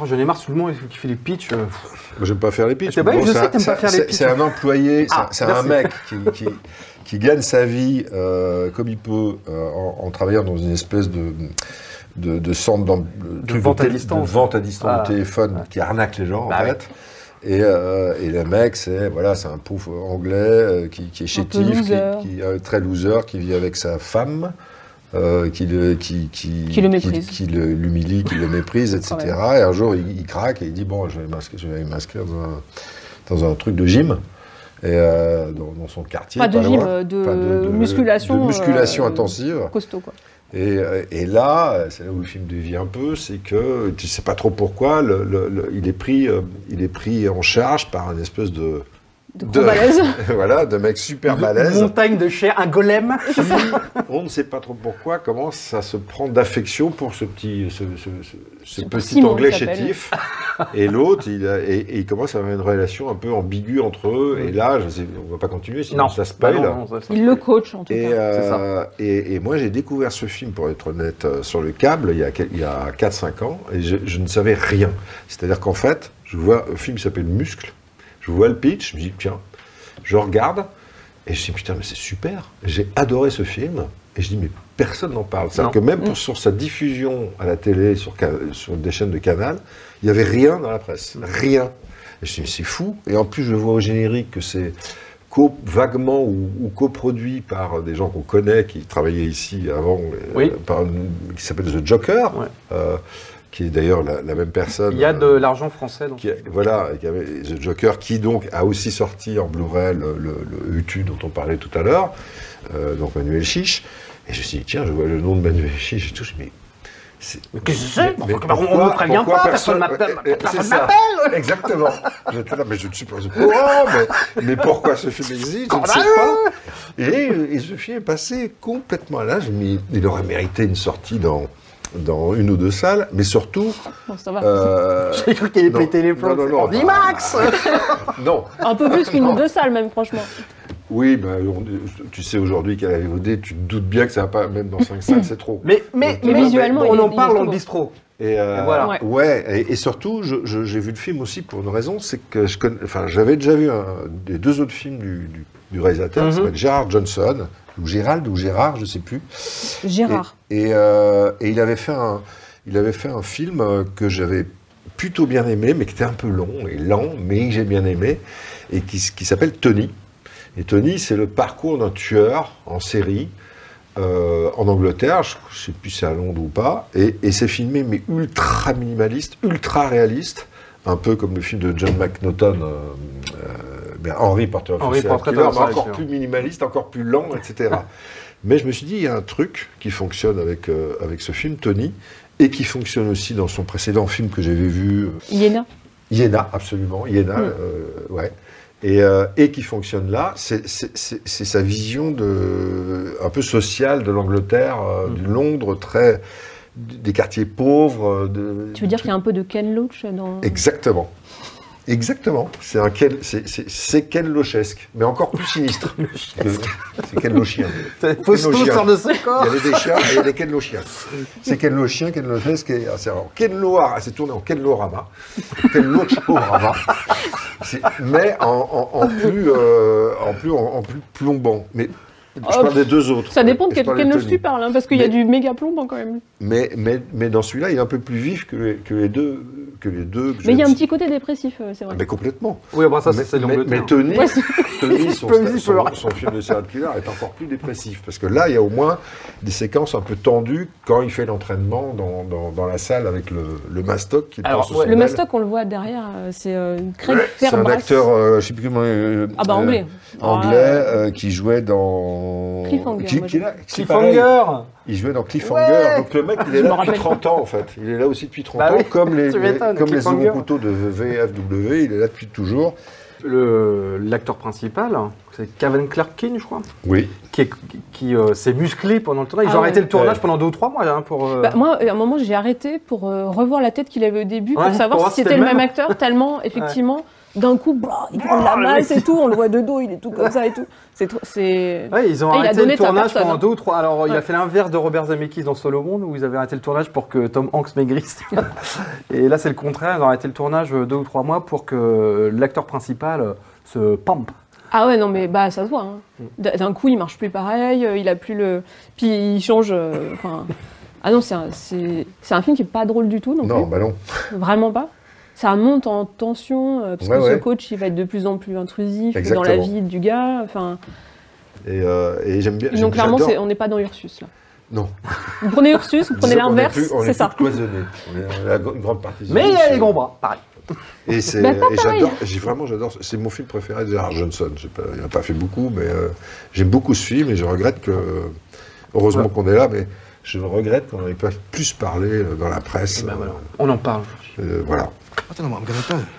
Speaker 4: Oh, j'en ai marre, tout le monde qui fait les pitchs. euh, pff.
Speaker 3: Moi, J'aime pas faire les pitchs.
Speaker 4: Eh ben oui, je
Speaker 3: c'est
Speaker 4: sais
Speaker 3: un-
Speaker 4: que t'aimes
Speaker 3: c'est-
Speaker 4: pas faire les
Speaker 3: c'est-
Speaker 4: pitchs.
Speaker 3: C'est un employé, c'est-
Speaker 4: Ah,
Speaker 3: c'est un
Speaker 4: merci.
Speaker 3: mec qui, qui- qui gagne sa vie euh, comme il peut euh, en, en travaillant dans une espèce de, de, de centre d'em- de truc
Speaker 4: vente à
Speaker 3: tél-
Speaker 4: distance.
Speaker 3: de vente à distance
Speaker 4: Ah.
Speaker 3: de téléphone qui arnaque les gens
Speaker 4: Bah
Speaker 3: en
Speaker 4: ouais.
Speaker 3: fait. Et, euh, et le mec, c'est voilà, c'est un pauvre anglais euh, qui, qui est
Speaker 5: peu
Speaker 3: chétif, qui,
Speaker 5: loser.
Speaker 3: qui est très loser, qui vit avec sa femme, euh, qui, le, qui, qui,
Speaker 5: Qui le méprise.
Speaker 3: Qui, le- l'humilie, qui le méprise, etc.
Speaker 5: Ouais.
Speaker 3: Et un jour, il, il craque et il dit Bon, je vais m'inscrire, je vais m'inscrire dans, un, dans un truc de gym. Et euh, dans, dans son quartier.
Speaker 5: Pas de
Speaker 3: loin.
Speaker 5: gym, euh, de musculation,
Speaker 3: De musculation
Speaker 5: euh,
Speaker 3: intensive.
Speaker 5: Costaud, quoi.
Speaker 3: Et, euh, et là, euh, c'est là où le film dévie un peu, c'est que tu sais pas trop pourquoi, le- le- le- il, est pris, euh, il est pris en charge par un espèce de.
Speaker 5: De gros balèze.
Speaker 3: voilà, de mec super
Speaker 4: Une
Speaker 3: balèze.
Speaker 4: montagne de chair, un golem.
Speaker 3: qui, on ne sait pas trop pourquoi, commence ça se prend d'affection pour ce petit, ce, ce- ce- ce petit
Speaker 5: Simon,
Speaker 3: anglais
Speaker 5: il s'appelle.
Speaker 3: chétif. Et l'autre, il, a- et, et il commence à avoir une relation un peu ambiguë entre eux. Et là, je sais- on ne va pas continuer, sinon ça se
Speaker 4: Bah
Speaker 3: spoil.
Speaker 4: non, non, ça- ça-
Speaker 5: Il le coach, en tout
Speaker 3: Et,
Speaker 5: cas.
Speaker 3: euh, et, et moi, j'ai découvert ce film, pour être honnête, euh, sur le câble, il y a, quel- il y a 4-5 ans, et je, je ne savais rien. C'est-à-dire qu'en fait, je vois, le film s'appelle Muscle, je vois le pitch, je me dis, tiens, je regarde, et je dis, putain, mais c'est super, j'ai adoré ce film, et je dis, mais personne n'en parle. C'est-à-dire que
Speaker 4: Non. Mm.
Speaker 3: même pour, sur sa diffusion à la télé, sur, ca- sur des chaînes de canal, il n'y avait rien dans la
Speaker 4: Mm.
Speaker 3: presse, rien. Et je me suis dit, c'est fou. Et en plus, je vois au générique que c'est co- vaguement ou, ou coproduit par des gens qu'on connaît, qui travaillaient ici avant, euh,
Speaker 4: Oui.
Speaker 3: par une- qui s'appelle The Joker,
Speaker 4: Ouais.
Speaker 3: euh, qui est d'ailleurs la, la même personne.
Speaker 4: Il y a de
Speaker 3: euh,
Speaker 4: l'argent français. Donc.
Speaker 3: qui a- voilà, qui avait The Joker, qui donc a aussi sorti en Blu-ray le, le- le UTU dont on parlait tout à l'heure, euh, donc Manuel Chiche. Et je me suis dit, tiens, je vois le nom de Manuel Chiche et tout, je me dis, mais c'est-
Speaker 4: Mais qu'est-ce que c'est
Speaker 3: mais
Speaker 4: Enfin, On ne
Speaker 3: pourquoi-
Speaker 4: me prévient
Speaker 3: pourquoi
Speaker 4: pas, personne ne m'appelle.
Speaker 3: Ouais, ouais,
Speaker 4: personne
Speaker 3: eh, c'est ça.
Speaker 4: m'appelle.
Speaker 3: Exactement. J'étais là, mais je ne suis pas au courant, mais, mais pourquoi ce film existe Je ne sais pas. Et, et ce film est passé complètement à l'âge. mais Il aurait mérité une sortie dans, dans une ou deux salles, mais surtout.
Speaker 5: Bon, ça va.
Speaker 3: euh,
Speaker 4: J'ai cru qu'il allait
Speaker 3: non,
Speaker 4: péter les
Speaker 3: non,
Speaker 4: plombs.
Speaker 3: non, non,
Speaker 4: on dit
Speaker 3: bah,
Speaker 4: Max
Speaker 3: Non.
Speaker 5: Un peu plus qu'une ou deux salles, même, franchement.
Speaker 3: Oui, bah, on- tu sais aujourd'hui qu'à la VOD, tu te doutes bien que ça va pas, même dans 5 salles, c'est trop.
Speaker 4: Mais, mais,
Speaker 5: Mais
Speaker 4: mais
Speaker 5: visuellement,
Speaker 4: on
Speaker 5: il est-
Speaker 4: en
Speaker 5: il est
Speaker 4: parle
Speaker 5: trop
Speaker 4: en
Speaker 5: beau.
Speaker 4: bistrot.
Speaker 3: Et, euh,
Speaker 4: Et voilà.
Speaker 5: Ouais.
Speaker 3: Ouais, et, et surtout, je- je- j'ai vu le film aussi pour une raison, c'est que je connais, enfin, j'avais déjà vu un, des deux autres films du, du, du réalisateur, qui
Speaker 4: Mhm.
Speaker 3: s'appelle Gérard Johnson, ou Gérald, ou Gérard, je sais plus. Et-
Speaker 5: Gérard.
Speaker 3: Et, euh, et il avait fait un, il avait fait un film euh, que j'avais plutôt bien aimé, mais qui était un peu long et lent, mais que j'ai bien aimé, et qui, s- qui s'appelle Tony. Et Tony, c'est le parcours d'un tueur en série euh, en Angleterre, je ne sais plus si c'est à Londres ou pas, et, et c'est filmé mais ultra minimaliste, ultra réaliste, un peu comme le film de John McNaughton, euh, euh, ben, Henry Porter of
Speaker 4: Henry
Speaker 3: Serial
Speaker 4: Porter of
Speaker 3: Killer, mais
Speaker 4: Serial
Speaker 3: encore
Speaker 4: Killer.
Speaker 3: plus minimaliste, encore plus lent, etc. mais je me suis dit, il y a un truc qui fonctionne avec, euh, avec ce film, Tony, et qui fonctionne aussi dans son précédent film que j'avais vu, euh,
Speaker 5: Iéna.
Speaker 3: Iéna, absolument. Iéna,
Speaker 5: Mm.
Speaker 3: euh, ouais. Et, euh, et qui fonctionne là, c'est- c'est c'est- c'est sa vision de, un peu sociale de l'Angleterre,
Speaker 5: Mm.
Speaker 3: euh, de Londres, très, des quartiers pauvres. euh, De,
Speaker 5: Tu veux dire qu'il y a un peu de Ken Loach dans.
Speaker 3: Exactement. Exactement. C'est un Ken- c'est- c'est- c'est Ken Lochesque, mais encore plus sinistre. Que- c'est Ken Lochien.
Speaker 4: Fausto
Speaker 3: Lochien.
Speaker 4: sort de son
Speaker 3: Il
Speaker 4: corps.
Speaker 3: y avait des chiens et il y avait des Ken Lochiens. C'est Ken Lochien, Ken Lochesque et ah, c'est alors Ken Loa, ah, c'est tourné en Ken Lorama, Ken Lochorama. C'est- Mais en, en- en plus, euh, en, plus en, en plus plombant. Mais je
Speaker 5: Oh,
Speaker 3: parle des deux autres.
Speaker 5: Ça dépend de
Speaker 3: Je
Speaker 5: quel
Speaker 3: parle
Speaker 5: Ken Loach
Speaker 3: Tony.
Speaker 5: tu parles, hein, parce qu'il y a
Speaker 3: Mais-
Speaker 5: du méga plomb hein, quand même.
Speaker 3: Mais, mais, mais dans celui-là, il est un peu plus vif que les, que les deux. Que les deux que
Speaker 5: Mais il y a
Speaker 3: je-
Speaker 5: un petit côté dépressif, euh, c'est vrai.
Speaker 3: Mais complètement.
Speaker 4: Oui, bon, ça,
Speaker 3: mais,
Speaker 4: c'est
Speaker 3: mais, mais
Speaker 4: l'Angleterre.
Speaker 3: Tony,
Speaker 5: Ouais, c'est-
Speaker 3: Tony, son,
Speaker 4: Tony,
Speaker 3: son-
Speaker 4: pleure.
Speaker 3: son film de serial killer est encore plus dépressif parce que là, il y a au moins des séquences un peu tendues quand il fait l'entraînement dans, dans- dans la salle avec le, le mastoc. Qui
Speaker 4: Alors,
Speaker 3: pense
Speaker 4: ouais.
Speaker 5: Le mastoc, on le voit derrière, euh, c'est euh, Craig
Speaker 3: c'est un
Speaker 5: Fairbrass.
Speaker 3: acteur, euh, je ne sais plus comment. euh,
Speaker 5: Ah bah
Speaker 3: euh,
Speaker 5: anglais.
Speaker 3: anglais
Speaker 5: Ah,
Speaker 3: euh, qui jouait dans.
Speaker 5: Cliffhanger,
Speaker 3: Qui,
Speaker 5: moi,
Speaker 3: qui
Speaker 5: je-
Speaker 3: là- c'est pareil.
Speaker 4: Cliffhanger
Speaker 3: Il jouait dans Cliffhanger.
Speaker 4: Ouais.
Speaker 3: Donc le mec, il est là depuis
Speaker 5: rappelle.
Speaker 3: 30 ans en fait. Il est là aussi depuis 30
Speaker 4: Bah
Speaker 3: ans,
Speaker 4: oui,
Speaker 3: comme les,
Speaker 4: tu
Speaker 3: les-
Speaker 4: m'étonnes,
Speaker 3: comme les
Speaker 4: Cliffhanger.
Speaker 3: seconds couteaux de VFW. Il est là depuis toujours.
Speaker 4: Le- L'acteur principal, c'est Kevin Clarkin, je crois,
Speaker 3: Oui.
Speaker 4: qui, est- qui, euh, s'est musclé pendant le tournage. Ils
Speaker 5: Ah
Speaker 4: ont arrêté
Speaker 5: ouais.
Speaker 4: le tournage
Speaker 3: Ouais.
Speaker 4: pendant deux ou trois mois là, hein, pour. euh,
Speaker 5: Bah, moi, à un moment, j'ai arrêté pour euh, revoir la tête qu'il avait au début,
Speaker 4: Ouais,
Speaker 5: pour savoir
Speaker 4: pour voir
Speaker 5: si c'était le même, acteur, tellement, effectivement, d'un coup, blah, il prend de la masse et tout, on le voit de dos, il est tout comme ça et tout. C'est trop- C'est...
Speaker 4: Ouais, ils ont
Speaker 5: Ah, il a
Speaker 4: arrêté
Speaker 5: donné
Speaker 4: le
Speaker 5: de sa
Speaker 4: tournage
Speaker 5: personne,
Speaker 4: pendant
Speaker 5: hein.
Speaker 4: deux ou trois. Alors, il a
Speaker 5: Ouais.
Speaker 4: fait l'inverse de Robert Zemeckis dans Solo Monde, où ils avaient arrêté le tournage pour que Tom Hanks maigrisse. et là, c'est le contraire. Ils ont arrêté le tournage euh, deux ou trois mois pour que l'acteur principal euh, se pampe.
Speaker 5: Ah ouais, non, mais bah, ça se voit. hein. D- D'un coup, il marche plus pareil, euh, il a plus le. Puis il change. euh, Enfin. Ah non, c'est un, c'est- c'est un film qui est pas drôle du tout, non,
Speaker 3: Non,
Speaker 5: plus.
Speaker 3: bah non.
Speaker 5: Vraiment pas. Ça monte en tension, euh, parce
Speaker 3: Ouais,
Speaker 5: que
Speaker 3: ouais.
Speaker 5: ce coach, il va être de plus en plus intrusif
Speaker 3: Exactement.
Speaker 5: dans la vie du gars. Enfin,
Speaker 3: Et, euh, et j'aime bien. j'aime-
Speaker 5: donc clairement,
Speaker 3: j'adore-
Speaker 5: c'est- on n'est pas dans Ursus, là.
Speaker 3: Non.
Speaker 5: Vous prenez Ursus, vous prenez
Speaker 3: Disons qu'on est
Speaker 5: l'inverse,
Speaker 3: plus- on est
Speaker 5: c'est ça.
Speaker 3: plus cloisonné. On est- on est la gr- une grande partie.
Speaker 4: Mais il a les grands bras, pareil.
Speaker 3: Et, c'est-
Speaker 5: Bah, pas
Speaker 3: et
Speaker 5: pareil.
Speaker 3: j'adore, j'ai vraiment j'adore. C'est mon film préféré de Gerard Johnson. J'ai pas- il n'a pas fait beaucoup, mais euh, j'aime beaucoup ce film et je regrette que. Heureusement qu'on est là, mais je regrette qu'on n'ait pas plus parlé euh, dans la presse.
Speaker 4: Ben voilà, on en parle.
Speaker 3: Euh, voilà.
Speaker 9: I don't know what I'm going to do.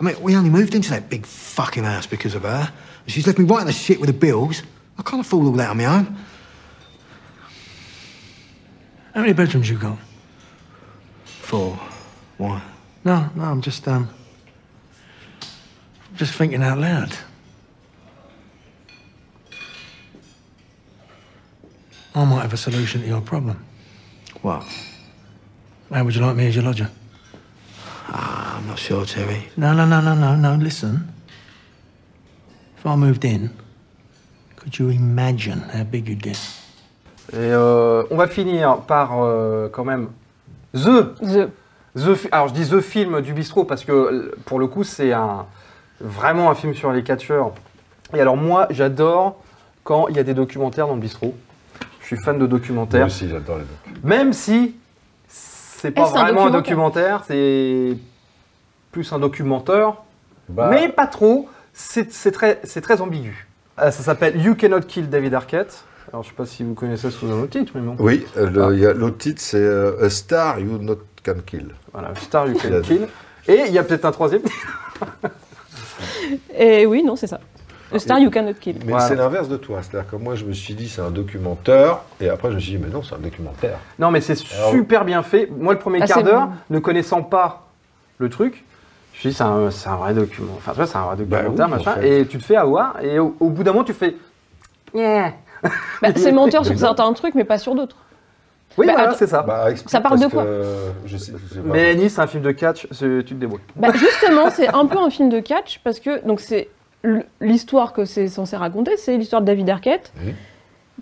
Speaker 9: I mean, we only moved into that big fucking house because of her. And she's left me right in the shit with the bills. I can't afford all that on my own. How many bedrooms you got? Four. Why? No, no, I'm just, um... Just thinking out loud. I might have a solution to your problem. What? How would you like me as your lodger? I'm not sure, Terry. No, no, no, no, no, no. Listen. If I moved in, could you imagine how big you'd get?
Speaker 4: Et euh, on va finir par euh, quand même The
Speaker 5: The-
Speaker 4: The fi- alors je dis The Film du bistrot parce que euh, pour le coup c'est un vraiment un film sur les catcheurs. Et alors moi j'adore quand il y a des documentaires dans le bistrot. Je suis fan de
Speaker 3: Moi
Speaker 4: documentaires,
Speaker 3: aussi, j'adore les mecs.
Speaker 4: même si c'est pas
Speaker 5: Est-ce un
Speaker 4: vraiment un documentaire, c'est plus un documentaire,
Speaker 3: Bah,
Speaker 4: mais pas trop. C'est c'est très c'est très ambigu. Euh, ça s'appelle You Cannot Kill David Arquette. Alors je sais pas si vous connaissez sous un autre titre, mais bon.
Speaker 3: Oui, euh,
Speaker 4: Ah.
Speaker 3: le- il y a- l'autre titre, c'est euh, A Star You Not Can Kill.
Speaker 4: Voilà, Star You
Speaker 3: Il a-
Speaker 4: Cannot Kill. Et il y a peut-être un troisième.
Speaker 5: Et Eh oui, non, c'est ça. A star you cannot kill.
Speaker 3: Mais
Speaker 4: Voilà.
Speaker 3: c'est l'inverse de toi. C'est-à-dire que moi, je me suis dit, c'est un documentaire. Et après, je me suis dit, mais non, c'est un documentaire.
Speaker 4: Non, mais c'est
Speaker 3: Alors-
Speaker 4: super bien fait. Moi, le premier
Speaker 5: Ah,
Speaker 4: quart
Speaker 5: c'est
Speaker 4: d'heure,
Speaker 5: bon.
Speaker 4: ne connaissant pas le truc, je me suis dit, c'est un, c'est un vrai document. Enfin, tu vois, c'est un vrai documentaire,
Speaker 3: Bah oui, en
Speaker 4: machin.
Speaker 3: fait.
Speaker 4: Et tu te fais avoir, et au, au bout d'un moment, tu fais. Yeah.
Speaker 5: Bah, c'est menteur sur certains trucs, mais pas sur d'autres.
Speaker 4: Oui,
Speaker 5: Bah,
Speaker 4: voilà,
Speaker 5: attends.
Speaker 4: c'est ça.
Speaker 3: Bah, explique,
Speaker 5: Ça part
Speaker 3: parce
Speaker 5: de quoi
Speaker 3: que euh, je sais, je sais pas.
Speaker 4: mais Annie, c'est un film de catch, c'est- tu te débrouilles.
Speaker 5: Bah, justement, c'est un peu un film de catch parce que donc c'est l- l'histoire que c'est censé raconter, c'est l'histoire de David Arquette
Speaker 3: Mhm.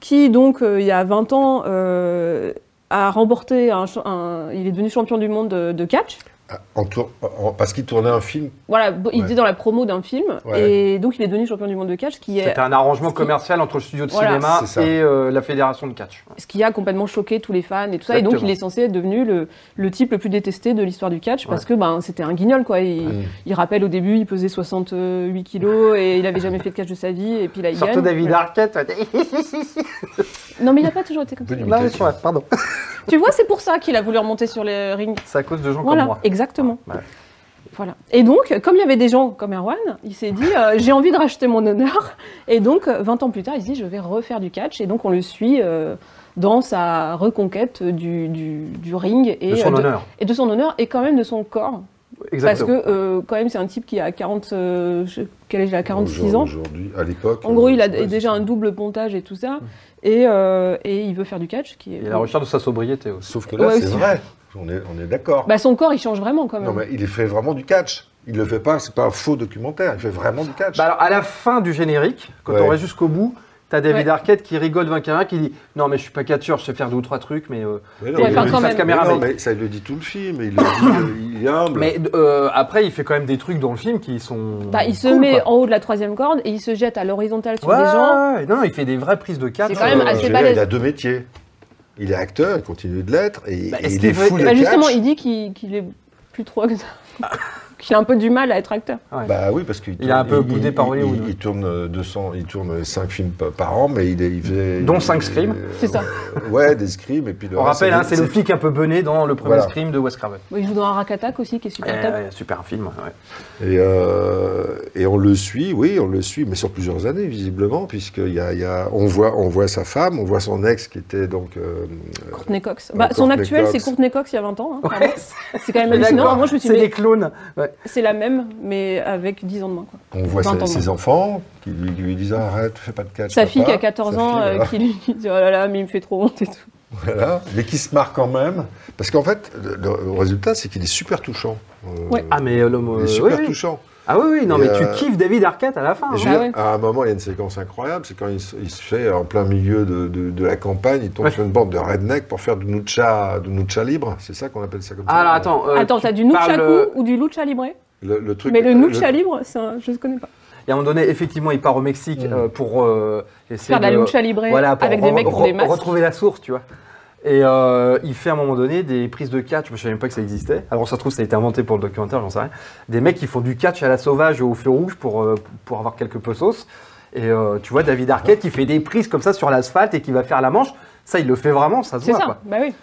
Speaker 5: qui donc euh, il y a 20 ans euh, a remporté un, cha- un- il est devenu champion du monde de, de catch
Speaker 3: Ah, en tour- en- parce qu'il tournait un film.
Speaker 5: Voilà, bo- il
Speaker 3: Ouais.
Speaker 5: était dans la promo d'un film
Speaker 3: Ouais.
Speaker 5: et donc il est devenu champion du monde de catch, ce qui, est,
Speaker 4: C'était un arrangement commercial entre le studio de
Speaker 5: Voilà.
Speaker 4: cinéma
Speaker 3: C'est ça.
Speaker 4: et euh, la fédération de catch.
Speaker 5: ce qui a complètement choqué tous les fans et tout ça. Et donc
Speaker 4: Exactement.
Speaker 5: il est censé être devenu le, le type le plus détesté de l'histoire du catch parce que ben, c'était un guignol quoi. Il, il rappelle au début, il pesait 68 kilos et il avait jamais fait de catch de sa vie et puis là il
Speaker 4: Surtout
Speaker 5: gagne.
Speaker 4: David Arquette.
Speaker 5: Non mais il a pas toujours été comme ça.
Speaker 3: Oui,
Speaker 4: non, mais c'est vrai, pardon.
Speaker 5: tu vois, c'est pour ça qu'il a voulu remonter sur les rings.
Speaker 4: C'est à cause de gens
Speaker 5: Voilà,
Speaker 4: comme moi. Ah,
Speaker 5: exactement.
Speaker 4: Ouais.
Speaker 5: Voilà. Et donc, comme il y avait des gens comme Erwan, il s'est dit euh, j'ai envie de racheter mon honneur. Et donc, euh, 20 ans plus tard, il se dit je vais refaire du catch. Et donc, on le suit euh, dans sa reconquête du, du- du ring et
Speaker 4: De son
Speaker 5: euh,
Speaker 4: honneur.
Speaker 5: et de son honneur et quand même de son corps.
Speaker 4: Exactement.
Speaker 5: Parce que, euh, quand même, c'est un type qui a 40, euh, je- quel âge il a 46
Speaker 3: Aujourd'hui-
Speaker 5: ans.
Speaker 3: Aujourd'hui, à l'époque.
Speaker 5: En gros, il a
Speaker 3: ouais,
Speaker 5: déjà un double pontage et tout ça. Et, euh, et il veut faire du catch. Qui est...
Speaker 4: Et la recherche de sa sobriété aussi.
Speaker 3: Sauf que là,
Speaker 5: Ouais,
Speaker 3: c'est
Speaker 5: aussi.
Speaker 3: vrai. On est, on est d'accord.
Speaker 5: Bah, son corps, il change vraiment quand même.
Speaker 3: non, mais il fait vraiment du catch. Il le fait pas, c'est pas un faux documentaire. Il fait vraiment du catch.
Speaker 4: Bah alors, à la fin du générique, quand
Speaker 3: Ouais.
Speaker 4: on reste jusqu'au bout, t'as David
Speaker 5: Ouais.
Speaker 4: Arquette qui rigole 21 qui dit Non, mais je suis pas catcheur, je sais faire deux ou trois trucs, mais. euh,
Speaker 3: mais
Speaker 5: Ouais,
Speaker 3: mais-
Speaker 5: enfin, quand
Speaker 3: mais
Speaker 5: même.
Speaker 4: caméra,
Speaker 3: non,
Speaker 4: mais-
Speaker 3: mais ça, il le dit tout le film. Il le dit, euh, il est humble.
Speaker 4: Mais euh, après, il fait quand même des trucs dans le film qui sont.
Speaker 5: Bah, il se
Speaker 4: cool,
Speaker 5: met
Speaker 4: quoi.
Speaker 5: en haut de la troisième corde et il se jette à l'horizontale sur
Speaker 4: Ouais,
Speaker 5: les gens.
Speaker 4: ouais, ouais. non, non, il fait des vraies prises de catch.
Speaker 5: C'est quand même
Speaker 4: euh,
Speaker 5: assez
Speaker 3: je veux dire,
Speaker 5: balèze.
Speaker 3: Il a deux métiers. Il est acteur, il continue de l'être, et,
Speaker 4: Bah,
Speaker 3: et
Speaker 4: est-ce
Speaker 3: il
Speaker 4: qu'il
Speaker 3: est
Speaker 4: veut-
Speaker 3: fou de
Speaker 5: Bah,
Speaker 3: catch.
Speaker 5: justement, il dit qu'il qu'il est plus trop que ça. qu'il a un peu du mal à être acteur.
Speaker 3: Bah oui, parce qu'il
Speaker 4: Il a un peu
Speaker 3: tourne-
Speaker 4: boudé
Speaker 3: il-
Speaker 4: par
Speaker 3: il-
Speaker 4: Hollywood,
Speaker 3: Il,
Speaker 4: ouais.
Speaker 3: il tourne euh, 200, il tourne 5 films pa- par an, mais il, est- il faisait.
Speaker 4: Dont
Speaker 3: il-
Speaker 4: cinq scrims.
Speaker 3: euh,
Speaker 5: C'est ça.
Speaker 3: Ouais, des scrims et puis. le
Speaker 4: On
Speaker 3: reste,
Speaker 4: rappelle, hein, c'est le flic un peu bené dans le premier
Speaker 3: Voilà.
Speaker 4: scream de Wes Craven.
Speaker 5: Bon, Il joue dans un Rakatak aussi, qui est super
Speaker 4: Eh,
Speaker 5: Ah, top.
Speaker 4: ouais, super film. ouais.
Speaker 3: Et, euh, et on le suit, oui, on le suit, mais sur plusieurs années visiblement, puisque il y a, il y a- on voit, on voit sa femme, on voit son ex qui était donc. euh,
Speaker 5: Courtney Cox.
Speaker 3: Ouais,
Speaker 5: Bah, son
Speaker 3: Courtney
Speaker 5: actuel,
Speaker 3: Cox.
Speaker 5: c'est Courtney Cox il y a 20 ans. hein,
Speaker 4: Ouais,
Speaker 5: pardon. C'est quand même hallucinant.
Speaker 4: D'accord,
Speaker 5: Moi, je me suis
Speaker 4: c'est
Speaker 5: dit,
Speaker 4: des
Speaker 5: mais
Speaker 4: clones. Ouais.
Speaker 5: c'est la même, mais avec 10 ans de moins. quoi.
Speaker 3: on voit
Speaker 5: Vingt
Speaker 3: sa-
Speaker 5: ans de
Speaker 3: ses,
Speaker 5: moins.
Speaker 3: enfants qui lui, lui disent arrête, fais pas de catch.
Speaker 5: Sa fille qui
Speaker 3: papa.
Speaker 5: a 14
Speaker 3: Sa
Speaker 5: ans,
Speaker 3: fille,
Speaker 5: euh,
Speaker 3: voilà.
Speaker 5: qui lui dit Oh là là, mais il me fait trop honte et tout.
Speaker 3: Voilà, mais qui se marre quand même. Parce qu'en fait, le, le résultat, c'est qu'il est super touchant. Euh,
Speaker 5: Ouais.
Speaker 4: Ah, mais euh, l'homme.
Speaker 3: Il
Speaker 4: euh,
Speaker 3: est super
Speaker 4: oui, oui.
Speaker 3: touchant.
Speaker 4: Ah, oui, oui, non,
Speaker 3: Et,
Speaker 4: mais
Speaker 3: euh,
Speaker 4: tu kiffes David Arquette à la fin.
Speaker 3: Et
Speaker 4: hein.
Speaker 3: je veux
Speaker 5: Ah
Speaker 3: dire,
Speaker 5: ouais.
Speaker 3: À un moment, il y a une séquence incroyable, c'est quand il, se- il se fait en plein milieu de, de- de la campagne, il tombe
Speaker 4: Ouais.
Speaker 3: sur une bande de redneck pour faire du nucha, du nucha libre, c'est ça qu'on appelle ça comme ça
Speaker 4: Ah, alors attends. euh,
Speaker 5: Attends,
Speaker 4: tu
Speaker 5: t'as du Nunchaku
Speaker 4: parles, euh,
Speaker 5: ou du Lucha Libre
Speaker 3: Le, le truc, euh,
Speaker 5: Mais le Lucha
Speaker 3: le-
Speaker 5: Libre, c'est un- je ne connais pas.
Speaker 4: Et à un moment donné, effectivement, il part au Mexique
Speaker 3: Mm.
Speaker 4: euh, pour euh, essayer
Speaker 5: Faire de la
Speaker 4: de-
Speaker 5: lucha libre
Speaker 4: voilà, pour
Speaker 5: avec des
Speaker 4: re-
Speaker 5: mecs qui ont
Speaker 4: re-
Speaker 5: des masques.
Speaker 4: retrouver la source, tu vois. Et euh, il fait à un moment donné des prises de catch, je ne savais même pas que ça existait. Alors ça se trouve, ça a été inventé pour le documentaire, j'en sais rien. Des mecs qui font du catch à la sauvage au feu rouge pour, euh, pour avoir quelques pesos. Et euh, tu vois David Arquette qui fait des prises comme ça sur l'asphalte et qui va faire la manche. Ça, il le fait vraiment, ça se
Speaker 5: C'est
Speaker 4: voit.
Speaker 5: ça,
Speaker 4: quoi.
Speaker 5: bah oui.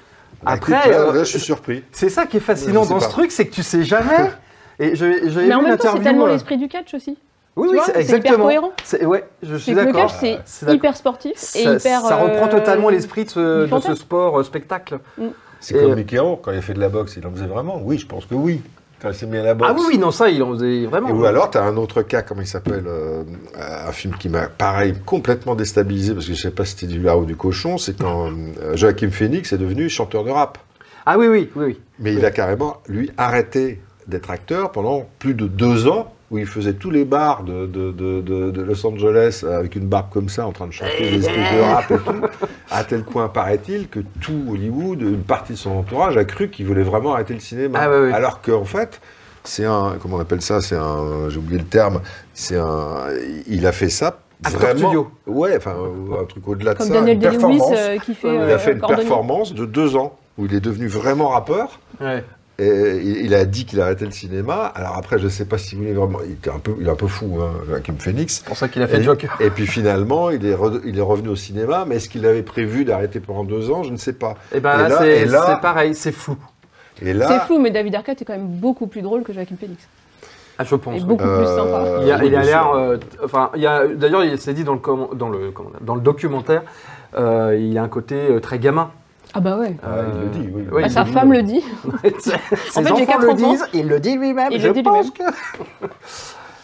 Speaker 3: Bah,
Speaker 4: Après,
Speaker 3: écoute, là,
Speaker 4: euh,
Speaker 3: là, je suis surpris.
Speaker 4: C'est ça qui est fascinant
Speaker 3: Je sais
Speaker 4: dans ce
Speaker 3: pas.
Speaker 4: truc, c'est que tu sais jamais. Et je- j'avais
Speaker 5: Mais en
Speaker 4: vu
Speaker 5: même temps, c'est
Speaker 4: l'interview.
Speaker 5: tellement
Speaker 4: euh,
Speaker 5: l'esprit du catch aussi.
Speaker 4: Oui,
Speaker 5: Tu
Speaker 4: oui,
Speaker 5: vois,
Speaker 4: c'est
Speaker 5: c'est hyper
Speaker 4: exactement.
Speaker 5: cohérent.
Speaker 4: C'est- Ouais, je
Speaker 5: C'est
Speaker 4: suis
Speaker 5: que le
Speaker 4: d'accord.
Speaker 5: catch, c'est
Speaker 4: C'est d'accord.
Speaker 5: hyper sportif et
Speaker 4: ça,
Speaker 5: hyper.
Speaker 4: ça reprend
Speaker 5: euh, Mm.
Speaker 4: totalement l'esprit de, ce-
Speaker 5: du
Speaker 4: de ce
Speaker 5: fantasme.
Speaker 4: sport euh, spectacle.
Speaker 3: C'est
Speaker 4: Et-
Speaker 3: comme Mickey quand il a fait de la boxe, il en faisait vraiment Oui, je pense que oui. Quand il s'est mis à la boxe.
Speaker 4: Ah oui, oui, non, ça, il en faisait vraiment.
Speaker 3: Et ou alors, tu as un autre cas, comment il s'appelle euh, Un film qui m'a, pareil, complètement déstabilisé, parce que je sais pas si c'était du lard ou du cochon, c'est quand euh, Joachim Phoenix est devenu chanteur de rap.
Speaker 4: Ah oui, oui, oui, oui.
Speaker 3: Mais il a carrément, lui, arrêté d'être acteur pendant plus de deux ans, où il faisait tous les bars de, de, de- de- de Los Angeles euh, avec une barbe comme ça, en train de chanter des espèces de rap et tout, à tel point, paraît-il, que tout Hollywood, une partie de son entourage, a cru qu'il voulait vraiment arrêter le cinéma.
Speaker 4: Ah, oui, oui.
Speaker 3: Alors qu'en fait, c'est un, comment on appelle ça, c'est un, j'ai oublié le terme, c'est un, il a fait ça
Speaker 4: Acteur
Speaker 3: vraiment...
Speaker 4: studio.
Speaker 3: Ouais, enfin, un truc au-delà de
Speaker 5: Comme
Speaker 3: ça,
Speaker 5: Daniel
Speaker 3: une
Speaker 5: Day-Lewis
Speaker 3: performance.
Speaker 5: euh, qui fait.
Speaker 3: il
Speaker 5: euh,
Speaker 3: a fait une
Speaker 5: cordonnier.
Speaker 3: performance de deux ans, où il est devenu vraiment rappeur.
Speaker 4: Ouais.
Speaker 3: Et il il a dit qu'il arrêtait le cinéma. Alors après, je sais pas si vous voulez vraiment. Il était un peu, il est un peu fou, hein, Joachim Phoenix.
Speaker 4: C'est pour ça qu'il a fait
Speaker 3: Et,
Speaker 4: Joker.
Speaker 3: et puis finalement, il est, re- il est revenu au cinéma, mais est-ce qu'il avait prévu d'arrêter pendant deux ans Je ne sais pas.
Speaker 4: Et ben
Speaker 3: et
Speaker 4: là,
Speaker 3: là-
Speaker 4: c'est
Speaker 3: et là-
Speaker 4: c'est pareil, c'est flou,
Speaker 3: Et
Speaker 5: C'est
Speaker 3: là,
Speaker 5: fou, mais David Arquette est quand même beaucoup plus drôle que Joaquin Phoenix.
Speaker 4: Ah, je
Speaker 5: Et
Speaker 4: pense. oui.
Speaker 5: beaucoup plus
Speaker 3: Euh,
Speaker 5: sympa.
Speaker 4: Il a, il a
Speaker 3: oui, bien
Speaker 4: l'air.
Speaker 3: sûr.
Speaker 4: euh, t- Enfin, il y a- d'ailleurs, il s'est dit dans le, comment- dans le, comment on a- dans le documentaire, euh, il a un côté euh, très gamin.
Speaker 5: Ah bah ouais.
Speaker 3: Ah, il le dit, oui.
Speaker 4: oui,
Speaker 5: Bah,
Speaker 4: il
Speaker 5: sa
Speaker 4: le dit.
Speaker 5: femme le dit.
Speaker 4: Ses
Speaker 5: j'ai
Speaker 4: enfants
Speaker 5: quatre
Speaker 4: le
Speaker 5: enfants.
Speaker 4: disent, il le dit lui-même.
Speaker 5: Il
Speaker 4: je
Speaker 5: le dit
Speaker 4: pense que.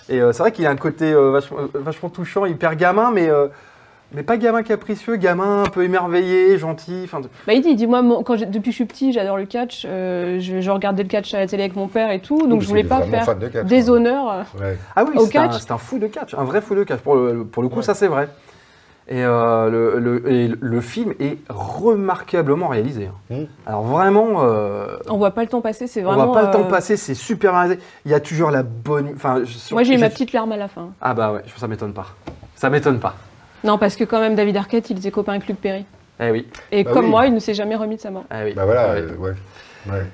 Speaker 4: Et euh, c'est vrai qu'il a un côté euh, vachement, euh, vachement touchant, hyper gamin, mais, euh, mais pas gamin capricieux, gamin un peu émerveillé, gentil. Enfin, de-
Speaker 5: Bah, il dit, il dit moi, moi, quand j'ai- depuis que je suis petit, j'adore le catch. euh, je, je regardais le catch à la télé avec mon père et tout, donc
Speaker 3: parce
Speaker 5: je voulais
Speaker 3: qu'il est
Speaker 5: pas
Speaker 3: vraiment
Speaker 5: faire
Speaker 3: fan de catch,
Speaker 5: des
Speaker 3: hein.
Speaker 5: honneurs.
Speaker 3: ouais.
Speaker 4: Ah oui,
Speaker 5: Au
Speaker 4: c'est un,
Speaker 5: catch.
Speaker 4: c'est un fou de catch, un vrai fou de catch. Pour le, pour le coup, ça c'est vrai. Et, euh, le, le- et le film est remarquablement réalisé. hein. Alors vraiment, euh,
Speaker 5: On voit pas le temps passer, c'est
Speaker 4: on
Speaker 5: vraiment.
Speaker 4: voit pas le temps
Speaker 5: euh,
Speaker 4: passer, c'est super réalisé. Il y a toujours la bonne... Enfin, je- sur-
Speaker 5: Moi, j'ai eu
Speaker 4: j'ai-
Speaker 5: ma petite larme à la fin.
Speaker 4: Ah bah ouais, ça m'étonne pas. Ça m'étonne pas.
Speaker 5: Non, parce que quand même, David Arquette, il était copain avec Luc Perry.
Speaker 4: Eh oui,
Speaker 5: Et
Speaker 3: Bah
Speaker 5: comme
Speaker 3: oui.
Speaker 5: moi, il ne s'est jamais remis de sa mort.
Speaker 4: eh oui.
Speaker 3: Bah voilà,
Speaker 4: Ouais.
Speaker 3: euh, ouais. Ouais.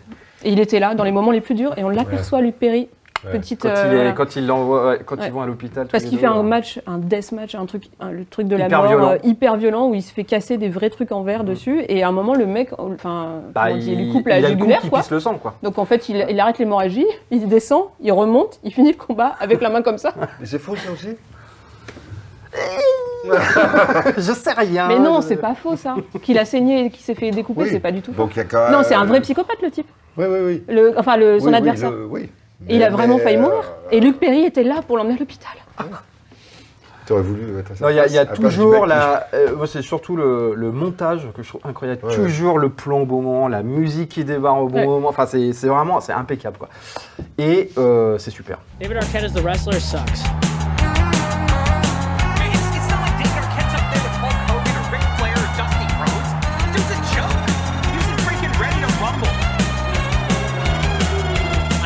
Speaker 5: Et il était là, dans les moments les plus durs, et on l'aperçoit, Luc Perry.
Speaker 3: Ouais.
Speaker 5: Petite.
Speaker 4: Quand,
Speaker 5: euh,
Speaker 4: il est-
Speaker 5: voilà.
Speaker 4: quand il l'envoie- ouais, quand
Speaker 5: Ouais.
Speaker 4: ils vont à l'hôpital. tous
Speaker 5: Parce
Speaker 4: les
Speaker 5: qu'il
Speaker 4: deux, euh,
Speaker 5: fait un
Speaker 4: là.
Speaker 5: match, un death match, un truc, un- le truc de la
Speaker 4: Hyper
Speaker 5: mort
Speaker 4: violent. Mm.
Speaker 5: euh, hyper violent où il se fait casser des vrais trucs en verre dessus. Et à un moment, le mec, enfin,
Speaker 4: Bah,
Speaker 5: comment on dit, il, lui
Speaker 4: il-
Speaker 5: coupe la
Speaker 4: il a le coup
Speaker 5: jugulaire,
Speaker 4: qui
Speaker 5: quoi.
Speaker 4: pisse le sang, quoi.
Speaker 5: Donc en fait, il, il arrête l'hémorragie, il descend, il remonte, il finit le combat avec la main comme ça.
Speaker 3: Mais c'est faux ça aussi
Speaker 4: je sais rien.
Speaker 5: Mais non,
Speaker 4: je-
Speaker 5: c'est pas faux ça. Qu'il a saigné et qu'il s'est fait découper,
Speaker 3: Oui.
Speaker 5: c'est pas du tout faux.
Speaker 3: Donc il y a quand
Speaker 5: Non, c'est un vrai psychopathe le type.
Speaker 3: Oui, oui, oui.
Speaker 5: Le, enfin, le, son
Speaker 3: Oui, oui,
Speaker 5: adversaire.
Speaker 3: le- oui.
Speaker 5: Et il a
Speaker 3: Mais-
Speaker 5: vraiment
Speaker 3: mais,
Speaker 5: failli
Speaker 3: euh,
Speaker 5: mourir. Et Luc Perry était là pour l'emmener à l'hôpital.
Speaker 3: T'aurais voulu être à sa
Speaker 4: Non, il y a, il y a
Speaker 3: place, à la place du
Speaker 4: toujours
Speaker 3: mec qui-
Speaker 4: la. euh, moi, c'est surtout le, le montage que je trouve incroyable.
Speaker 3: Ouais.
Speaker 4: Toujours le plan au bon moment, la musique qui débarre au bon
Speaker 5: Ouais.
Speaker 4: moment. Enfin, c'est c'est vraiment, c'est impeccable, quoi. Et euh, c'est super.
Speaker 2: David Arquette as the wrestler sucks.
Speaker 6: It's not like David Arquette's up there with Hulk Hogan or Ric Flair or Dusty Rhodes. Dude's a joke. He was freaking ready to rumble.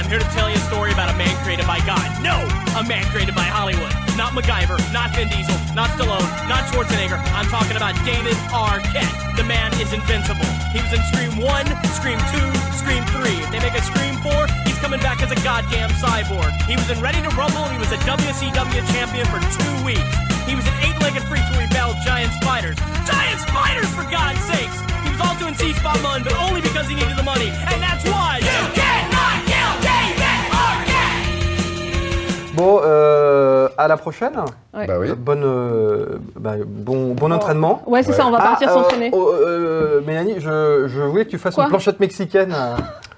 Speaker 6: I'm here to tell you a story about a man created by God. No, a man created by Hollywood. Not MacGyver, not Vin Diesel, not Stallone, not Schwarzenegger. I'm talking about David Arquette. The man is invincible. He was in Scream 1, Scream 2, Scream 3. If they make a Scream 4, he's coming back as a goddamn cyborg. He was in Ready to Rumble and he was a WCW champion for two weeks. He was an eight-legged freak who rebelled giant spiders. Giant spiders, for God's sakes! He was all doing C-Spot Mun, but only because he needed the money. And that's why... You cannot kill David Arquette!
Speaker 4: Bon, euh, à la prochaine.
Speaker 5: Ouais.
Speaker 3: Bah oui.
Speaker 4: Bonne, euh, bah, bon, bon entraînement.
Speaker 5: Ouais, c'est ça, on va partir
Speaker 4: Ah, euh,
Speaker 5: s'entraîner.
Speaker 4: oh, euh, Mélanie, je, je voulais que tu fasses
Speaker 5: Quoi
Speaker 4: une planchette mexicaine à,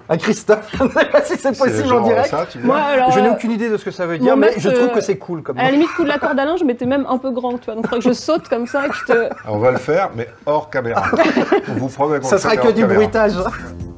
Speaker 4: à Christophe. je ne sais pas si c'est
Speaker 3: C'est
Speaker 4: possible
Speaker 3: genre
Speaker 4: en direct.
Speaker 3: ça, tu veux
Speaker 5: Moi, alors.
Speaker 4: je n'ai
Speaker 5: euh,
Speaker 4: aucune idée de ce que ça veut dire,
Speaker 5: mon
Speaker 4: mais
Speaker 5: mec,
Speaker 4: je
Speaker 5: euh,
Speaker 4: trouve que c'est cool comme.
Speaker 5: À la limite, coup de la corde à linge, je m'étais même un peu grand, tu vois. Donc, faudrait que je saute comme ça et que je te.
Speaker 3: Ah, On va le faire, mais hors caméra. On vous promet qu'on
Speaker 4: Ça
Speaker 3: le
Speaker 4: sera
Speaker 3: fait
Speaker 4: que
Speaker 3: hors
Speaker 4: du
Speaker 3: caméra.
Speaker 4: bruitage. hein.